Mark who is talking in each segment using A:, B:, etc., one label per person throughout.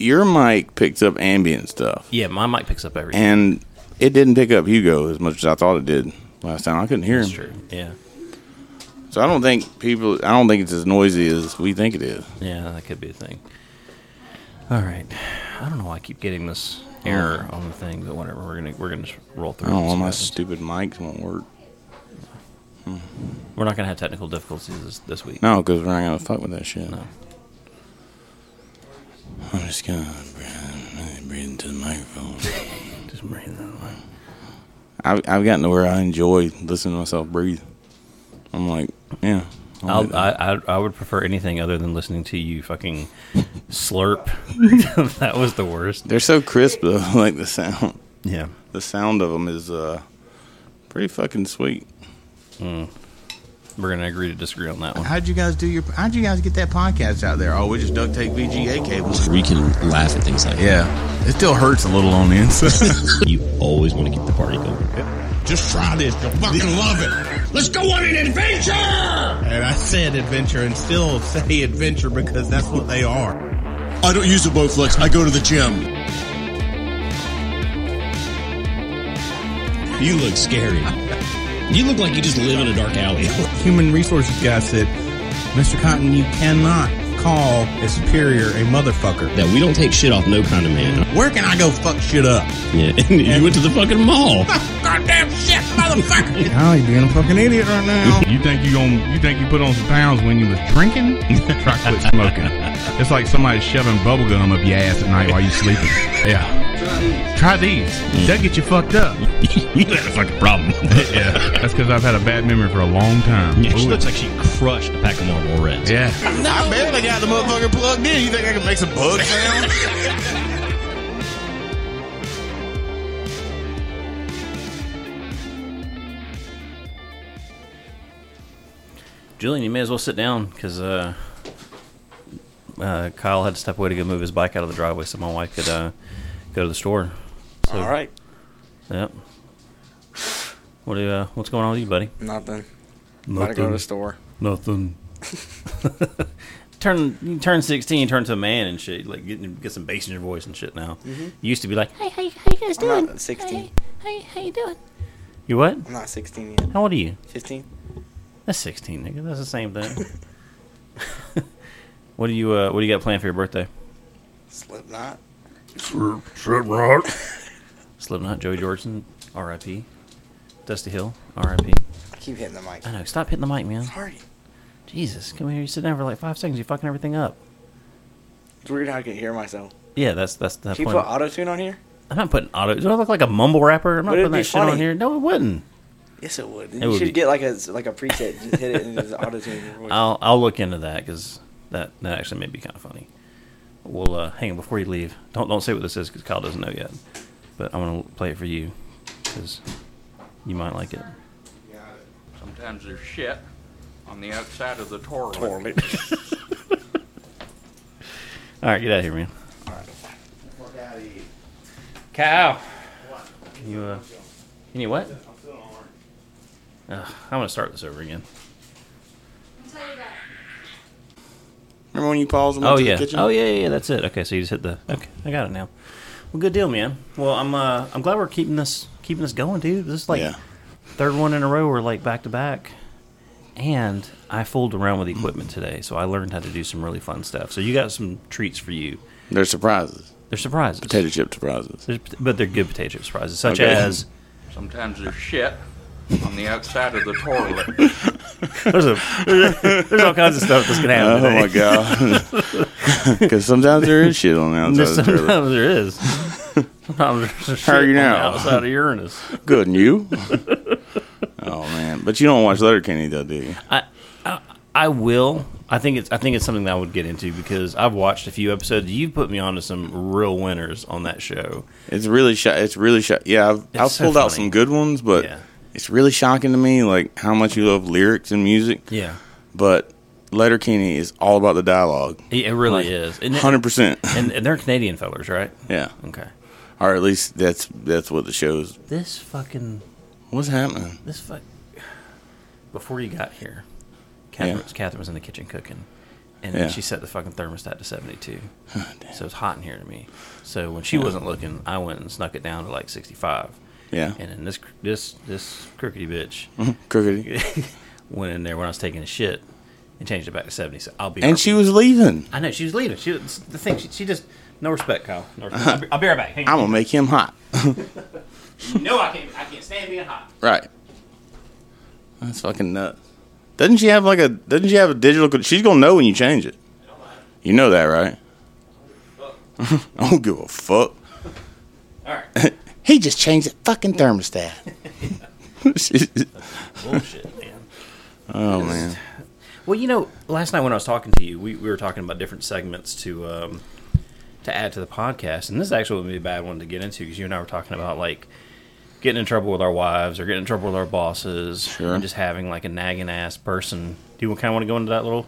A: your mic picks up ambient stuff,
B: Yeah, my mic picks up everything.
A: and it didn't pick up Hugo as much as I thought it did last time. I couldn't hear
B: That's
A: him,
B: true. Yeah,
A: so I don't think people. I don't think it's as noisy as we think it is.
B: yeah, that could be a thing. All right, I don't know why I keep getting this error on the thing, but whatever. We're gonna we're gonna just roll through.
A: Oh. I
B: it
A: don't
B: and
A: know.
B: see what
A: My
B: happens.
A: stupid mics won't work.
B: We're not gonna have technical difficulties this, this week.
A: No, because we're not gonna fuck with that shit.
B: No.
A: I'm just gonna breathe, breathe into the microphone.
B: Just breathe that way.
A: I've, I've gotten to where I enjoy listening to myself breathe. I'm like, yeah. I'll do
B: I'll,
A: that.
B: I, I I would prefer anything other than listening to you fucking slurp. that was the worst.
A: They're so crisp though. Like the sound,
B: Yeah.
A: the sound of them is uh, pretty fucking sweet.
B: We're gonna agree to disagree on that one.
C: How'd you guys do your? How'd you guys get that podcast out there? Oh, we just duct tape VGA cables.
D: We can laugh at things like
C: Yeah, it still hurts a little on the inside.
D: that. You always want to keep the party going.
E: Just try this. You'll fucking love it. Let's go on an adventure!
F: And I said adventure and still say adventure because that's what they are.
E: I don't use a Bowflex. I go to the gym.
D: You look scary. You look like you just live in a dark alley.
F: Human resources guy said, Mr. Cotton, you cannot call a superior a motherfucker.
D: That we don't take shit off no kind of man.
F: Where can I go fuck shit up?
D: Yeah. And you went to the fucking mall.
E: Goddamn shit, motherfucker!
F: Oh, you're being a fucking idiot right now.
G: You think you gon' you think you put on some pounds when you was drinking? Try quit smoking. It's like somebody shoving bubble gum up your ass at night while you sleeping. Yeah. Try these. They'll get you fucked up.
D: you had a fucking problem.
G: Yeah. That's because I've had a bad memory for a long time.
D: Yeah, she
G: Ooh.
D: looks like she crushed a pack of Marlboro Reds.
G: yeah.
C: I barely got the motherfucker plugged in. You think I can make some bug sound?
B: Julian, you may as well sit down because uh, uh, Kyle had to step away to go move his bike out of the driveway so my wife could uh, go to the store.
H: All right.
B: Yep. What do you, uh, what's going on with you, buddy?
H: Nothing. About to go to the store.
B: Nothing. turn you turn sixteen, you turn to a man and shit. Like get, get some bass in your voice and shit. Now
H: Mm-hmm.
B: you used to be like, hey, how, you- how you guys
H: I'm not
B: doing?
H: 16.
B: Hey, hey, how you doing? You what?
H: I'm not 16 yet.
B: How old are you?
H: 15?
B: That's sixteen, nigga. That's the same thing. what do you uh, What do you got planned for your birthday?
H: Slipknot?
B: Slipknot, Joey Jordan, R.I.P. Dusty Hill, R.I.P.
H: I keep hitting the mic.
B: I know. Stop hitting the mic, man.
H: Sorry.
B: Jesus, come here. You sit down for like five seconds. You fucking everything up.
H: It's weird how I can hear myself.
B: Yeah, that's that's the
H: Can you
B: point.
H: put auto tune on here?
B: I'm not putting auto. Do I look like a mumble rapper? I'm not
H: But it'd
B: putting that
H: be
B: shit on
H: funny.
B: here. No, it wouldn't.
H: Yes, it would.
B: would
H: you should
B: be-
H: get like a like a preset. Just hit it and just auto tune your voice.
B: I'll I'll look into that because that that actually may be kind of funny. We'll uh, hang on before you leave. Don't don't say what this is because Kyle doesn't know yet. But I'm gonna play it for you because you might like it.
I: Sometimes there's shit on the outside of the toilet.
B: All right, get out of here, man. Kyle, you uh, you need what? Ugh, I'm gonna start this over again.
A: Remember when you paused and went
B: Oh
A: to
B: yeah.
A: the kitchen?
B: Oh yeah, yeah, yeah, that's it. Okay, so you just hit the Okay, I got it now. Well, good deal, man. Well, I'm uh I'm glad we're keeping this keeping this going, dude. This is like
A: Yeah.
B: third one in a row we're like back to back. And I fooled around with equipment today, so I learned how to do some really fun stuff. So you got some treats for you.
A: They're surprises.
B: They're surprises.
A: Potato chip surprises.
B: There's- but they're good potato chip surprises, such
A: Okay.
B: as
I: Sometimes there's shit on the outside of the toilet.
B: there's, a, there's all kinds of stuff that's gonna happen.
A: Oh
B: today.
A: my god. Because sometimes there is shit on the outside
B: There's-
A: of the trailer.
B: sometimes there is. Sometimes there's
A: How are you
B: shit on the
A: now?
B: Outside of Uranus.
A: Good, and you? oh man, but you don't watch Letterkenny though, do you?
B: I will. I think it's. I think it's something that I would get into because I've watched a few episodes. You put me onto some real winners on that show.
A: It's really sho It's really sho Yeah, I've, I've
B: so
A: pulled out
B: funny.
A: some good ones, but
B: Yeah.
A: it's really shocking to me, like how much you love lyrics and music.
B: Yeah,
A: But Letterkenny is all about the dialogue,
B: it, it really is. And,
A: hundred percent.
B: and, and they're Canadian fellas, right?
A: Yeah,
B: Okay.
A: or at least that's that's what the show's.
B: This fucking
A: What's happening?
B: this fuck. Before you got here, Catherine,
A: Yeah.
B: was, Catherine was in the kitchen cooking, and
A: Yeah.
B: she set the fucking thermostat to 72. so it's hot in here to me. So when she wasn't looking, I went and snuck it down to like 65.
A: Yeah.
B: And then this cr- this this crookedy bitch
A: Crookedy.
B: went in there when I was taking a shit and changed it back to 70. So I'll be
A: And
B: right-
A: she was leaving.
B: I know she was leaving. She was- the thing she, she just no respect, Kyle. No respect.
A: Uh-huh.
B: I'll, be, I'll be right back. Hang
A: I'm
B: on.
A: gonna make him hot.
B: No, I can't. I can't stand being hot.
A: Right. That's fucking nuts. Doesn't she have like a? Doesn't she have a digital? con- She's gonna know when you change it. You know that, right? I don't give a fuck.
B: All right.
A: He just changed the fucking thermostat.
B: Bullshit, man.
A: oh man.
B: Well, you know, last night when I was talking to you, we, we were talking about different segments to um, to add to the podcast, and this actually would be a bad one to get into because you and I were talking about like getting in trouble with our wives or getting in trouble with our bosses,
A: Sure.
B: and just having like a nagging ass person. Do you kind of want to go into that little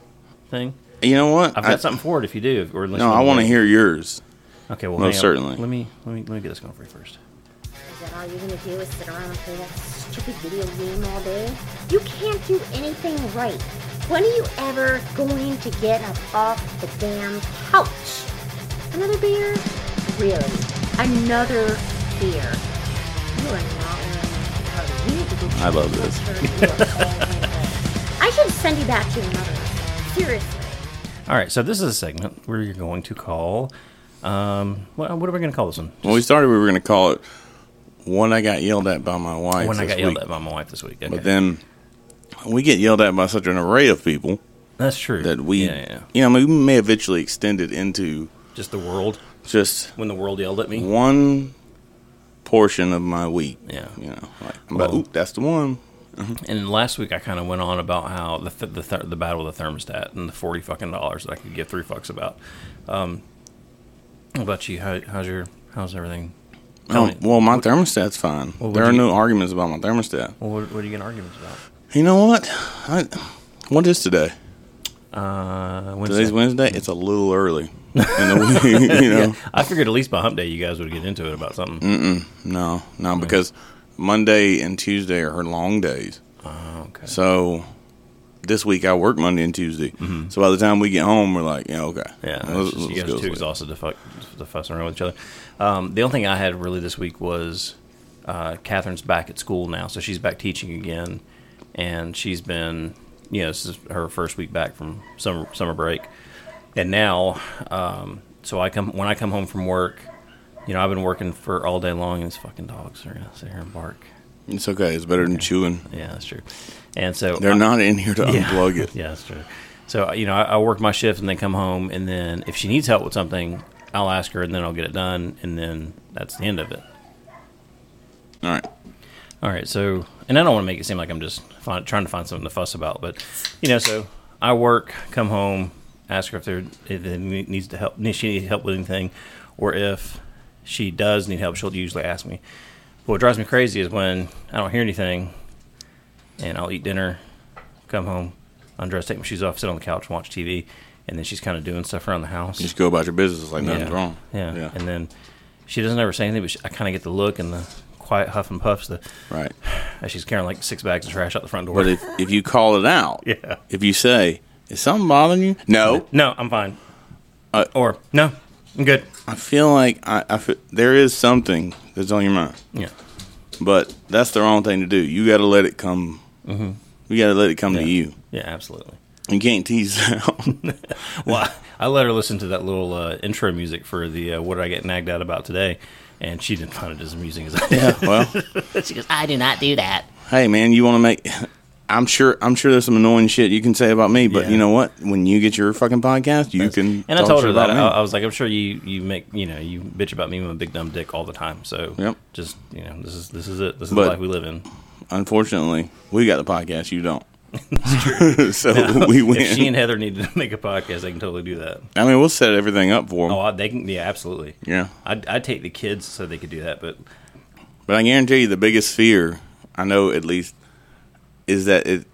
B: thing?
A: You know what?
B: I've got
A: I-
B: something for it if you do. Or unless
A: No,
B: you
A: I want to
B: wait.
A: hear yours.
B: Okay, well,
A: Most
B: hang on.
A: certainly.
B: Let me let me let me get this going for you first.
J: Is that all you're gonna do is sit around and play that stupid video game all day? You can't do anything right. When are you ever going to get up off the damn couch? Another beer? Really? Another beer? You are not learning how to- you need to go-
A: I love this.
J: I should send you back to your mother. Seriously.
B: All right, so this is a segment where you're going to call. Um, what, what are we going to call this one?
A: When we started, we were gonna call it "When I Got Yelled At by My Wife."
B: when I
A: this
B: got yelled
A: week.
B: at by my wife this week. Okay.
A: But then we get yelled at by such an array of people
B: that's true.
A: that we,
B: yeah, yeah.
A: you know, I mean, we may eventually extend it into
B: just the world
A: just
B: when the world yelled at me.
A: one portion of my week.
B: Yeah.
A: You know, like, I'm like,
B: Well-
A: oop, that's the one.
B: And last week I kind of went on about how the th- the, th- the battle of the thermostat and the forty fucking dollars that I could give three fucks about. Um, what about you? How, how's your how's everything? Tell
A: Oh,
B: me.
A: well, my thermostat's fine.
B: would
A: There are
B: you-
A: no arguments about my thermostat.
B: Well, what, what are you getting arguments about?
A: You know what? I, what is today?
B: Uh, Wednesday.
A: Today's Wednesday. It's a little early in the week. You know,
B: I figured at least by hump day you guys would get into it about something.
A: Mm. no, no, because Monday and Tuesday are her long days.
B: Oh, okay.
A: So this week I work Monday and Tuesday. So by the time we get home, we're like, yeah, okay,
B: Mm-hmm. Yeah,
A: let's-
B: it's just,
A: let's
B: you guys
A: go
B: are too
A: sleep.
B: exhausted to, fuck, to fuss around with each other. Um, the only thing I had really this week was uh, Catherine's back at school now, so she's back teaching again, and she's been, you know, this is her first week back from summer summer break, and now, um, so I come when I come home from work, you know, I've been working for all day long, and these fucking dogs are gonna sit here and bark.
A: It's okay. It's better than chewing.
B: Yeah, that's true. And so
A: They're
B: I-
A: not in here to unplug it.
B: yeah, that's true. So uh, you know, I, I work my shift and then come home, and then if she needs help with something, I'll ask her, and then I'll get it done, and then that's the end of it.
A: All right.
B: All right. So, and I don't want to make it seem like I'm just find, trying to find something to fuss about, but you know, so I work, come home, ask her if there if it needs to help, if she needs help with anything, or if she does need help, she'll usually ask me. But what drives me crazy is when I don't hear anything, and I'll eat dinner, come home, undress, take my shoes off, sit on the couch, watch TV, and then she's kind of doing stuff around the house.
A: Just go about your business like nothing's
B: yeah.
A: wrong.
B: Yeah. And then she doesn't ever say anything, but she, I kind of get the look and the quiet huff and puffs. The
A: right.
B: and she's carrying like six bags of trash out the front door.
A: But if, if you call it out,
B: Yeah.
A: if you say, is something bothering you? No.
B: no, I'm fine.
A: Uh,
B: or no, I'm good.
A: I feel like I, I fe- there is something that's on your mind,
B: Yeah,
A: but that's the wrong thing to do. You got to let it come. You got to let it come to you.
B: Mm-hmm. yeah, absolutely.
A: You can't tease it out.
B: Well, I, I let her listen to that little uh, intro music for the uh, "What Did I Get Nagged At About Today," and she didn't find it as amusing as I did.
A: yeah. Well,
J: She goes, I do not do that.
A: hey man, you want to make? I'm sure. I'm sure there's some annoying shit you can say about me, but
B: Yeah.
A: you know what? When you get your fucking podcast, you can.
B: And I
A: talk
B: told
A: shit
B: her that uh, I,
A: about
B: I
A: me.
B: was like, "I'm sure you you make you know you bitch about me being a big dumb dick all the time." So
A: Yep.
B: just you know this is this is it. This is
A: But-
B: the life we live in.
A: Unfortunately, we got the podcast. You don't. so we win.
B: If she and Heather needed to make a podcast, they can totally do that.
A: I mean, we'll set everything up for them.
B: Oh, I, they can. Yeah, absolutely.
A: yeah.
B: I'd, I'd take the kids so they could do that, but
A: But I guarantee you, the biggest fear I know, at least, is that it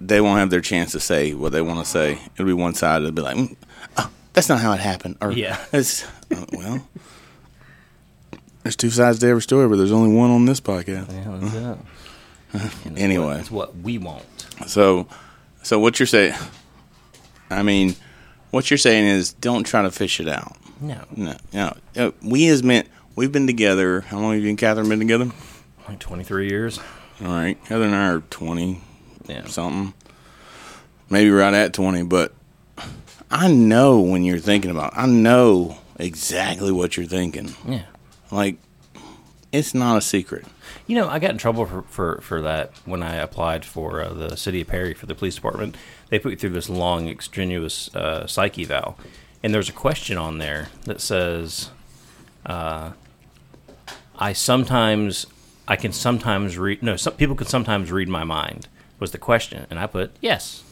A: they won't have their chance to say what they want to say. It'll be one sided. It'll be like, "Mm, oh, "That's not how it happened." Or,
B: Yeah.
A: it's, uh, well, there's two sides to every story, but there's only one on this podcast.
B: Yeah, that's it. And it's
A: Anyway.
B: what- it's what we want.
A: So, so what you're saying? I mean, What you're saying is, don't try to fish it out.
B: No.
A: No, no. Uh, We as meant we've been together. How long have you and Catherine been together?
B: Like 23 years.
A: All right, Heather and I are 20,
B: Yeah.
A: something, maybe right at 20. But I know when you're thinking about. I know exactly what you're thinking.
B: Yeah.
A: Like, it's not a secret.
B: You know, I got in trouble for, for, for that when I applied for uh, the city of Perry for the police department. They put you through this long, extraneous uh, psyche eval, and there's a question on there that says, uh, "I sometimes, I can sometimes read. No, some people can sometimes read my mind." Was the question, and I put yes,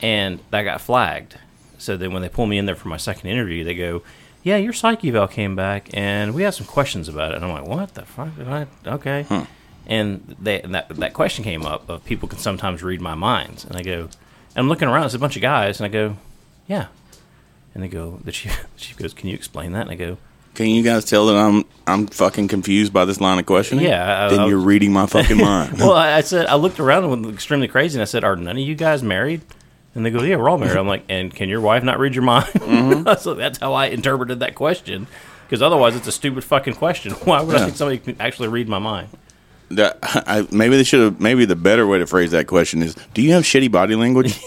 B: and that got flagged. So then when they pull me in there for my second interview, they go, "Yeah, your psyche eval came back, and we have some questions about it." And I'm like, "What the fuck? Did I? Okay." And they, and that that question came up of people can sometimes read my minds, and I go, and I'm looking around, it's a bunch of guys, and I go, "Yeah," and they go, the chief, the chief goes, "Can you explain that?" And I go,
A: Can you guys tell that I'm I'm fucking confused by this line of questioning?
B: Yeah, I-
A: then
B: I-
A: you're reading my fucking mind.
B: well, I I said I looked around and was extremely crazy, and I said, "Are none of you guys married?" And they go, "Yeah, we're all married." I'm like, "And can your wife not read your mind?"
A: Mm-hmm.
B: so that's how I interpreted that question, because otherwise, it's a stupid fucking question. Why would I
A: Yeah.
B: think somebody can actually read my mind?
A: That- I, maybe they should have. Maybe the better way to phrase that question is: Do you have shitty body language?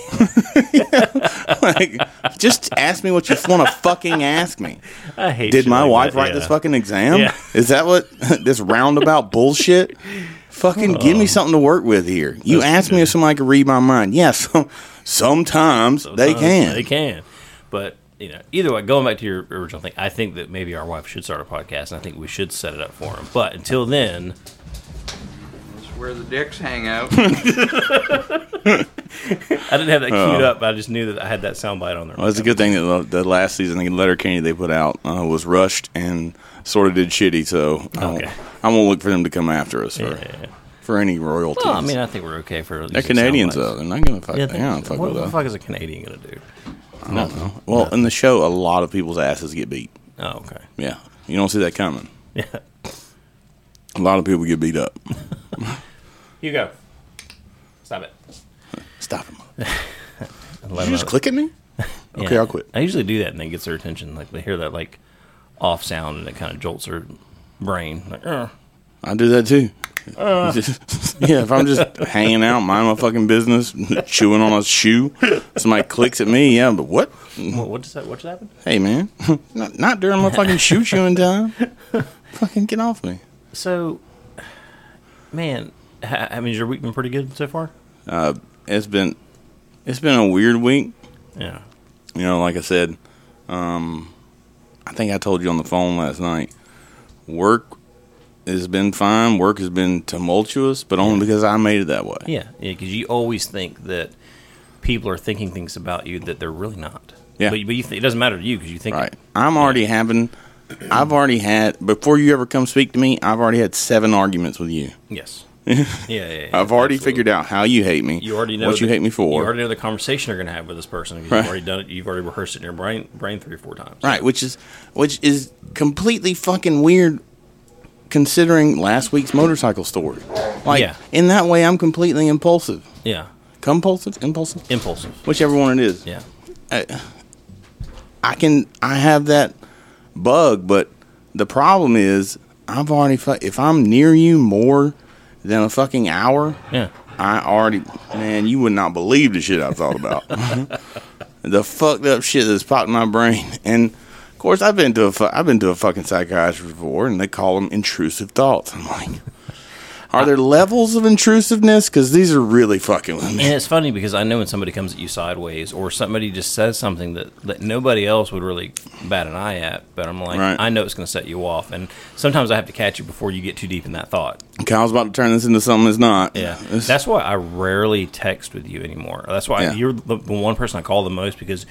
A: like, just ask me what you want to fucking ask me.
B: I hate.
A: Did
B: shit
A: my
B: like
A: wife
B: that,
A: write
B: yeah.
A: this fucking exam?
B: Yeah.
A: Is that what this roundabout bullshit? Fucking give
B: Oh.
A: me something to work with here. You asked me if somebody could read my mind. Yes, sometimes, they
B: Sometimes
A: can.
B: They can. But you know, either way, going back to your original thing, I think that maybe our wife should start a podcast, and I think we should set it up for him. But until then,
I: That's where the dicks hang out.
B: I didn't have that queued
A: Oh.
B: up. But I just knew that I had that soundbite on there.
A: Well, it's a good thing that the the last season, the letter Kenny they put out uh, was rushed and sort of did shitty. So I won't-
B: Okay.
A: I won't look for them to come after us for,
B: Yeah, yeah, yeah.
A: for any royalties.
B: Well, I mean, I think we're okay for.
A: they're Canadians though; they're not gonna fuck.
B: Yeah, I
A: they
B: think
A: don't
B: so.
A: fuck
B: what,
A: with
B: what the
A: us.
B: fuck is a Canadian gonna do?
A: I don't know. Well, in the show, a lot of people's asses get beat.
B: Oh, okay.
A: Yeah, you don't see that coming.
B: Yeah.
A: A lot of people get beat up.
B: You go. Stop it.
A: Stop him.
B: And
A: Did
B: let them
A: you just
B: out.
A: click at me?
B: Yeah.
A: Okay, I'll quit.
B: I usually do that, and it gets their attention. Like they hear that like off sound, and it kind of jolts their brain. Like, "Ugh."
A: I do that too. yeah, if I'm just hanging out, mind my fucking business, chewing on a shoe, somebody clicks at me. Yeah, but what?
B: what, what does that? What just happened?
A: Hey man, not, not during my fucking shoe chewing time. fucking get off me.
B: So, man, ha- I mean, has your week been pretty good so far?
A: It's been it's been a weird week.
B: Yeah.
A: You know, like I said, um, I think I told you on the phone last night. Work has been fine. Work has been tumultuous, but only because I made it that way.
B: Yeah. Yeah. Because you always think that people are thinking things about you that they're really not.
A: Yeah.
B: But, but you th- it doesn't matter to you because you think
A: Right. I'm already having. I've already had before you ever come speak to me. I've already had seven arguments with you.
B: Yes. yeah, yeah, yeah.
A: I've already
B: absolutely.
A: figured out how you hate me.
B: You already know
A: what you
B: the-
A: hate me for.
B: You already know the conversation you're going to have with this person. 'cause You've
A: Right.
B: already done it. You've already rehearsed it in your brain, brain three or four times.
A: Right, which is which is completely fucking weird considering last week's motorcycle story. Like
B: Yeah.
A: in that way I'm completely impulsive.
B: Yeah.
A: Compulsive? Impulsive?
B: Impulsive.
A: Whichever one it is.
B: Yeah.
A: I can I have that bug, but the problem is I've already fu- if I'm near you more than a fucking hour,
B: Yeah.
A: I already man, you would not believe the shit I thought about. the fucked up shit that's popped in my brain. And of course, I've been to a fu- I've been to a fucking psychiatrist before, and they call them intrusive thoughts. I'm like, are there levels of intrusiveness? Because these are really fucking with me.
B: And it's funny because I know when somebody comes at you sideways or somebody just says something that, that nobody else would really bat an eye at, but I'm like,
A: Right.
B: I know it's going to set you off. And sometimes I have to catch you before you get too deep in that thought.
A: Kyle's about to turn this into something it's not.
B: Yeah,
A: It's-
B: that's why I rarely text with you anymore. That's why
A: Yeah.
B: you're the, the one person I call the most because,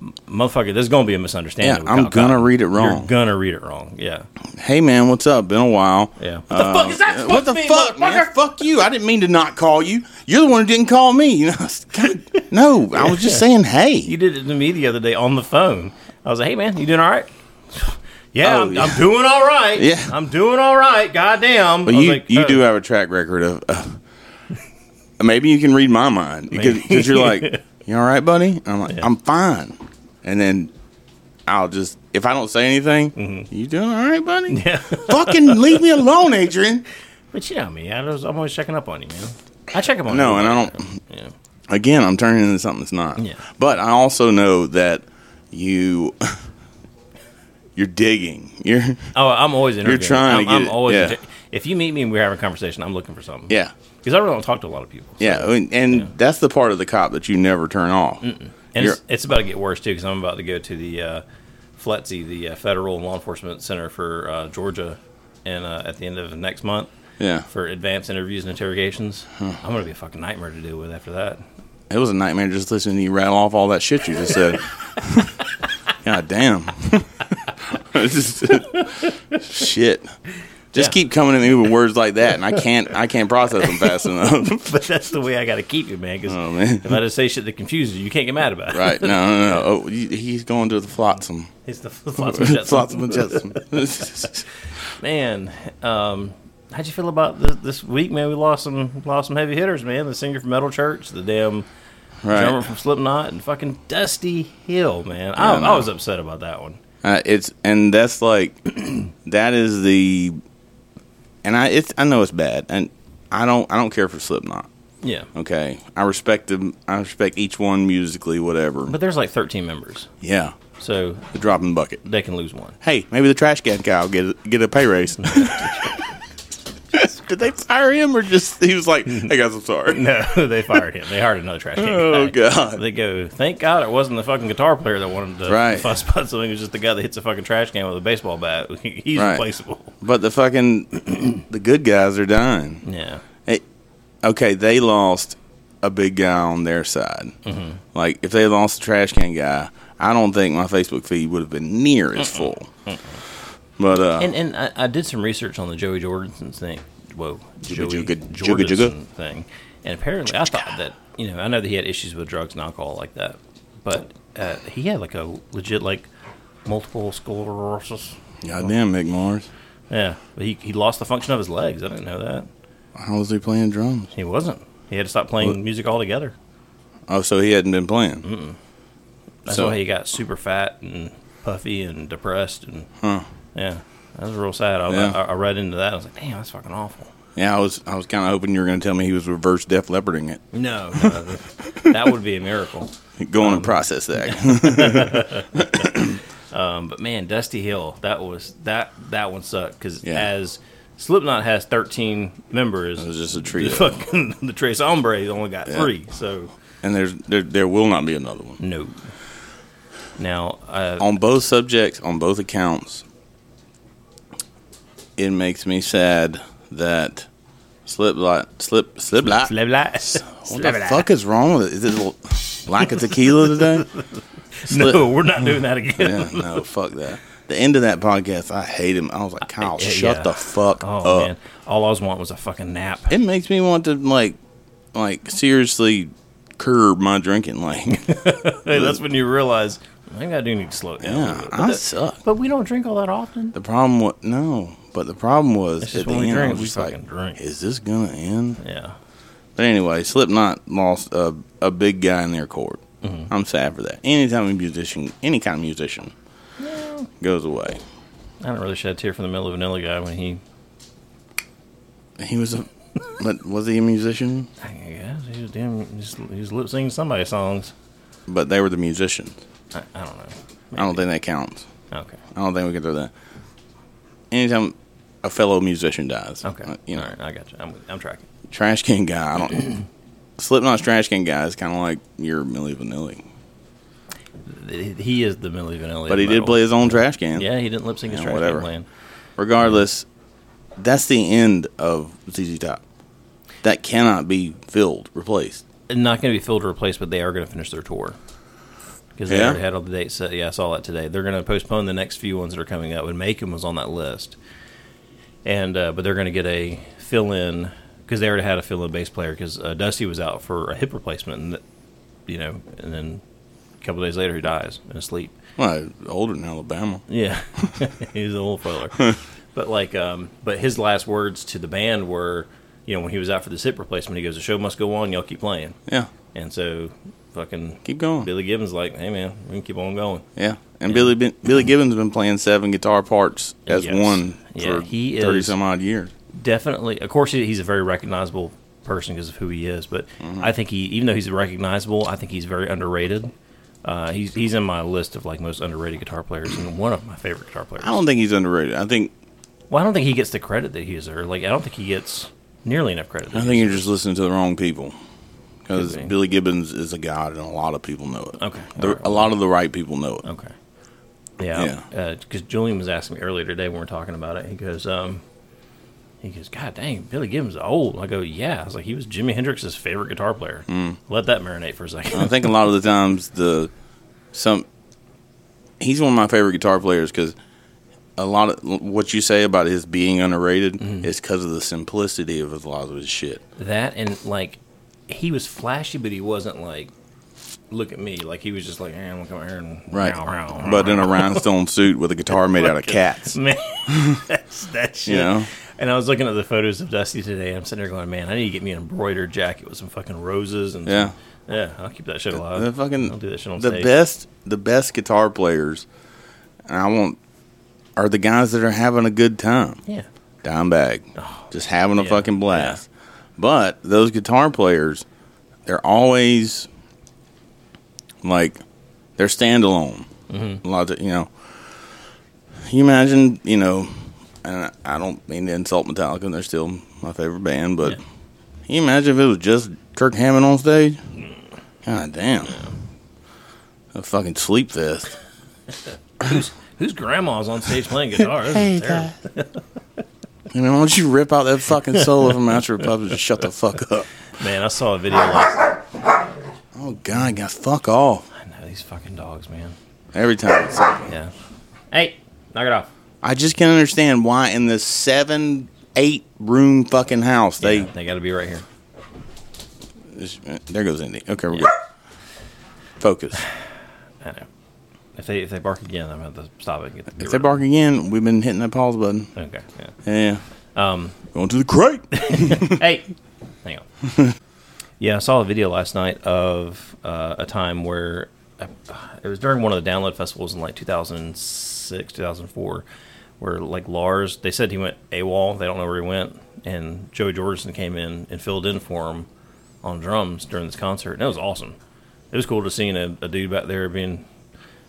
B: m- motherfucker, there's gonna be a misunderstanding.
A: Yeah,
B: with
A: I'm
B: Kyle Cotton.
A: gonna read it wrong.
B: You're gonna read it wrong. Yeah,
A: hey man, what's up? Been a while.
B: yeah. What
A: Uh,
B: the fuck is that? supposed
A: what the
B: to mean,
A: fuck, man?
B: motherfucker?
A: Fuck you! I didn't mean to not call you. You're the one who didn't call me. You know, God, no, I was just saying, hey.
B: You did it to me the other day on the phone. I was like, "Hey, man, you doing all right?" yeah,
A: Oh,
B: I'm,
A: yeah.
B: I'm doing all right.
A: Yeah.
B: I'm doing all right. Goddamn.
A: But
B: I was
A: you,
B: like,
A: you
B: "Oh."
A: do have a track record of. uh, of maybe you can read my mind because you're like, "You all right, buddy?" And I'm like, "I'm fine." and then I'll just if I don't say anything,
B: Mm-hmm.
A: you doing all right, buddy? Yeah. Fucking leave me alone, Adrian.
B: But you know me. I was, I'm always checking up on you, man. I check up on
A: No,
B: you.
A: and I don't. Again, I'm turning into something that's not.
B: Yeah.
A: But I also know that you you're digging. You're
B: Oh, I'm always
A: You're
B: interviewing.
A: trying
B: I'm,
A: to get
B: I'm
A: it-
B: always.
A: yeah.
B: If you meet me and we're having a conversation, I'm looking for something.
A: yeah.
B: Because I really don't talk to a lot of people.
A: Yeah, and, and that's the part of the cop that you never turn off.
B: And
A: You're-
B: it's, it's about to get worse too, because I'm about to go to the uh, FLETC, the uh, Federal Law Enforcement Center for uh, Georgia, and uh, at the end of next month,
A: Yeah.
B: for advanced interviews and interrogations. I'm gonna be a fucking nightmare to deal with after that.
A: It was a nightmare just listening to you rattle off all that shit you just said. God damn. Just- shit. Just
B: Yeah.
A: keep coming at me with words like that, and I can't. I can't process them fast enough.
B: but that's the way I got to keep you, man. Because
A: Oh, man.
B: if I just say shit that confuses you, you can't get mad about it.
A: right? No, no, no. Oh, he- he's going to the flotsam.
B: It's the flotsam jetsam.
A: Flotsam and jetsam.
B: man. Um, how'd you feel about this, this week, man? We lost some lost some heavy hitters, man. The singer from Metal Church, the damn drummer
A: right.
B: from Slipknot, and fucking Dusty Hill, man.
A: Yeah,
B: I,
A: I know.
B: I was upset about that one.
A: Uh, it's and that's like that is the and I it's I know it's bad and I don't I don't care for Slipknot.
B: Yeah,
A: Okay, I respect them. I respect each one musically, whatever.
B: but there's like 13 members,
A: yeah,
B: so
A: the dropping bucket.
B: they can lose one.
A: Hey, maybe the trash can guy will get a, get a pay raise. Did they fire him or just he was like, "Hey guys, I'm sorry."
B: No, they fired him. They hired another trash can.
A: Oh,
B: guy.
A: God.
B: They go. Thank God it wasn't the fucking guitar player that wanted to
A: Right.
B: fuss about something. It was just the guy that hits a fucking trash can with a baseball bat. He's
A: Right.
B: replaceable.
A: But the fucking the good guys are dying.
B: Yeah.
A: Hey, okay, they lost a big guy on their side.
B: Mm-hmm.
A: Like, if they lost the trash can guy, I don't think my Facebook feed would have been near as full. But uh,
B: And and I, I did some research on the Joey Jordanson thing. Whoa, Joey
A: juga,
B: Jordanson
A: juga, juga.
B: thing. And apparently, I thought that you know, I know that he had issues with drugs and alcohol like that, but uh, he had like a legit like multiple sclerosis.
A: goddamn, Mick Mars,
B: Yeah, but he he lost the function of his legs. I didn't know that.
A: how was he playing drums?
B: He wasn't. He had to stop playing music altogether.
A: Oh, so he hadn't been playing.
B: That's
A: So-
B: why he got super fat and puffy and depressed and
A: Huh.
B: yeah, that was real sad. I,
A: Yeah.
B: I, I read into that. I was like, damn, that's fucking awful.
A: Yeah, I was I was kind of hoping you were going to tell me he was reverse Def Leoparding it,
B: No, no that would be a miracle.
A: going to process that.
B: Um, but man, Dusty Hill, that was that that one sucked because
A: Yeah.
B: as Slipknot has thirteen members,
A: It was just a trio.
B: The fucking the Trace Hombres only got three, so
A: and there's there there will not be another one.
B: no. Now, uh,
A: on both subjects, on both accounts, it makes me sad that slip lot slip slip lot.
B: blah, blah.
A: What the fuck is wrong with it? Is it a little- lack of tequila today? Slip-
B: no, we're not doing that again.
A: yeah, no, fuck that. The end of that podcast, I hate him. I was like, Kyle,
B: Yeah,
A: shut
B: yeah.
A: the fuck
B: Oh
A: up.
B: man, all I was wanting was a fucking nap.
A: It makes me want to like, like seriously curb my drinking. Like,
B: Hey, that's when you realize maybe I do need to slow it down. a little
A: yeah,
B: bit. But
A: I
B: that-
A: suck.
B: But we don't drink all that often.
A: The problem was no, but the problem was
B: It's
A: at
B: just
A: the
B: when we
A: end, I
B: drink,
A: was
B: we
A: just like,
B: fucking drink.
A: is this gonna end?
B: Yeah.
A: But anyway, Slipknot lost a, a big guy in their court.
B: Mm-hmm.
A: I'm sad for that. Anytime a musician, any kind of musician, goes away,
B: I don't really shed a tear from the middle of Vanilla Guy when he,
A: he was a. but was he a musician?
B: I guess, he was damn, he was, he was lip singing somebody's songs.
A: But they were the musicians.
B: I, I don't know.
A: I don't think that counts.
B: Okay.
A: I don't think we can throw that. Anytime a fellow musician dies,
B: Okay.
A: uh, you know,
B: All right. I got you. I'm, I'm tracking.
A: trash can guy. I
B: Mm-hmm.
A: don't. Slipknot's trash can guy is kind of like your Milli Vanilli,
B: Th- He is the Millie Vanilli.
A: but he
B: of
A: did
B: metal.
A: play his own trash can.
B: Yeah, he didn't lip sync his
A: Yeah,
B: track.
A: whatever.
B: Whatever. Playing.
A: regardless, that's the end of ZZ Top. That cannot be filled, replaced.
B: Not going to be filled or replaced, but they are going to finish their tour. Because they
A: Yeah?
B: already had all the dates set. Yeah, I saw that today. They're going to postpone the next few ones that are coming up. And Macon was on that list. And uh, but they're going to get a fill in because they already had a fill in bass player because uh, Dusty was out for a hip replacement, and th- you know, and then a couple days later he dies in his sleep.
A: Well, older than Alabama.
B: Yeah, he's a little feller. but like, um, but his last words to the band were, you know, when he was out for this hip replacement, he goes, "The show must go on. Y'all keep playing."
A: Yeah.
B: And so fucking
A: keep going.
B: Billy Gibbons like, hey man, we can keep on going.
A: Yeah, and Billy been, Billy Gibbons been playing seven guitar parts as
B: Mm-hmm. Yes.
A: one
B: Yeah,
A: for
B: he
A: thirty
B: is-
A: some odd years.
B: Definitely, of course, he- he's a very recognizable person because of who he is. But
A: Mm-hmm.
B: I think he, even though he's recognizable, I think he's very underrated. Uh, he's he's in my list of like most underrated guitar players and one of my favorite guitar players.
A: I don't think he's underrated. I think
B: Well, I don't think he gets the credit that he deserves. Like, I don't think he gets nearly enough credit.
A: I think you're just listening to the wrong people because
B: Could be.
A: Billy Gibbons is a god, and a lot of people know it.
B: Okay.
A: The- a lot of the right people know it.
B: Okay, Yeah, because Julian was asking me earlier today when we were talking about it. He goes, um, he goes, God dang, Billy Gibbons is old. I go, yeah. I was like, he was Jimi Hendrix's favorite guitar player.
A: Mm.
B: Let that marinate for a second.
A: I think a lot of the times the some he's one of my favorite guitar players because a lot of what you say about his being underrated
B: Mm-hmm.
A: is because of the simplicity of a lot of his shit.
B: that and like, he was flashy, but he wasn't like, look at me. Like he was just like, hey, I'm gonna come here and
A: Right,
B: Row, row, row,
A: but in a
B: row.
A: rhinestone suit with a guitar made out of
B: Fucking-
A: cats.
B: Man, that's that shit.
A: You know?
B: And I was looking at the photos of Dusty today. and I'm sitting there going, man, I need to get me an embroidered jacket with some fucking roses and
A: Yeah.
B: some- yeah. I'll keep that shit alive.
A: The fucking
B: I'll do that shit on
A: the
B: stage.
A: best the best guitar players, and I want are the guys that are having a good time.
B: Yeah.
A: Dimebag, just having a
B: Oh, yeah,
A: fucking blast. But those guitar players, they're always like they're standalone.
B: Mhm.
A: A lot of you know. You imagine, you know, and I I don't mean to insult Metallica, and they're still my favorite band, but can you imagine if it was just Kirk Hammond on stage? God damn. A fucking sleep fest.
B: who's, whose grandma's on stage playing guitar? This
A: Hey,
B: is terrible.
A: I mean, why don't you rip out that fucking solo from Out Your Puppet and shut the fuck up?
B: Man, I saw a video. Like,
A: Oh, God, God, fuck off.
B: I know these fucking dogs, man.
A: Every time. It's like,
B: yeah. Hey, knock it off.
A: I just can't understand why in this seven, eight room fucking house they.
B: They got to be right here.
A: This- There goes Indy. Okay, we're good. Focus.
B: I know. If they if they bark again, I'm gonna have to stop it. And get, get
A: If
B: rid
A: they
B: of
A: bark again, we've been hitting that pause button.
B: them. Okay. Yeah.
A: Yeah.
B: Um,
A: Going to the crate.
B: hey, hang on. yeah, I saw a video last night of uh, a time where uh, it was during one of the download festivals in like 2006, 2004, where like Lars, they said he went AWOL. They don't know where he went, and Joey Jordison came in and filled in for him on drums during this concert, and that was awesome. It was cool to seeing a, a dude back there being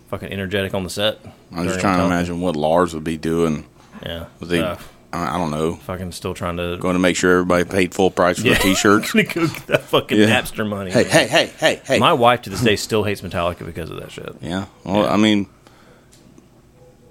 B: fucking energetic on the set.
A: I'm
B: during
A: just trying to
B: Metallica.
A: imagine what Lars would be doing.
B: Yeah.
A: Was he,
B: Uh,
A: I I don't know.
B: Fucking still trying to.
A: Going to make sure everybody paid full price for
B: Yeah.
A: the t shirts.
B: Gonna go get that fucking
A: Yeah.
B: Napster money.
A: Hey,
B: man.
A: hey, hey, hey, hey.
B: My wife to this day still hates Metallica because of that shit.
A: Yeah. Well, I mean,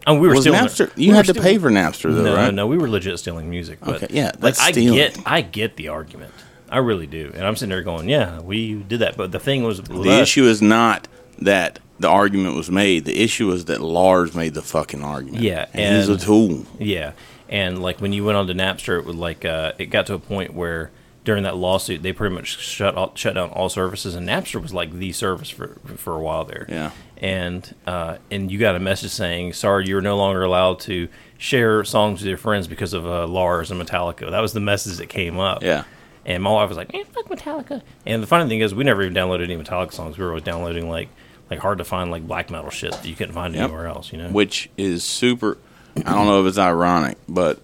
B: And we were
A: was
B: stealing
A: Napster.
B: we
A: You
B: were
A: had to
B: stealing-
A: pay for Napster, though,
B: no,
A: right?
B: No, we were legit stealing music. But
A: Okay, yeah,
B: like
A: that's
B: I
A: stealing.
B: get, I get the argument. I really do, and I'm sitting there going, "Yeah, we did that." But the thing was,
A: The issue is not that the argument was made. The issue is that Lars made the fucking argument.
B: Yeah,
A: And, he's a
B: and-
A: tool.
B: Yeah, and like when you went on to Napster, it would like uh, it got to a point where during that lawsuit, they pretty much shut all, shut down all services, and Napster was like the service for for a while there.
A: Yeah.
B: and uh, and you got a message saying, "Sorry, you're no longer allowed to share songs with your friends because of uh, Lars and Metallica." That was the message that came up.
A: Yeah.
B: and my wife was like, "Man, fuck Metallica." And the funny thing is, we never even downloaded any Metallica songs. We were always downloading like like hard to find like black metal shit that you couldn't find
A: Yep.
B: anywhere else. You know.
A: Which is super. I don't know if it's ironic, but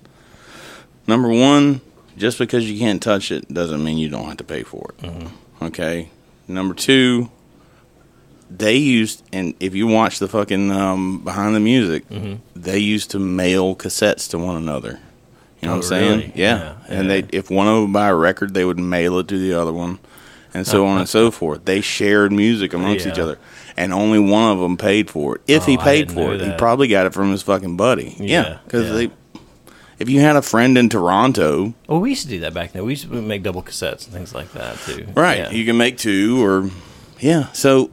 A: number one, just because you can't touch it doesn't mean you don't have to pay for it.
B: Mm-hmm.
A: Okay. Number two, they used, and if you watch the fucking um, behind the music,
B: Mhm.
A: they used to mail cassettes to one another. You know
B: Oh,
A: what I'm saying?
B: really?
A: Yeah. And they, if one of them buy a record, they would mail it to the other one, and so
B: Oh,
A: on and so forth. They shared music amongst each
B: Yeah.
A: other, and only one of them paid for it. If
B: Oh,
A: he
B: I
A: paid
B: didn't
A: for
B: know
A: it, he
B: that.
A: probably got it from his fucking buddy. Yeah,
B: Yeah,
A: because
B: yeah.
A: they. If you had a friend in Toronto,
B: Well, Oh, we used to do that back then. We used to make double cassettes and things like that too.
A: right,
B: Yeah.
A: you can make two or, yeah. So,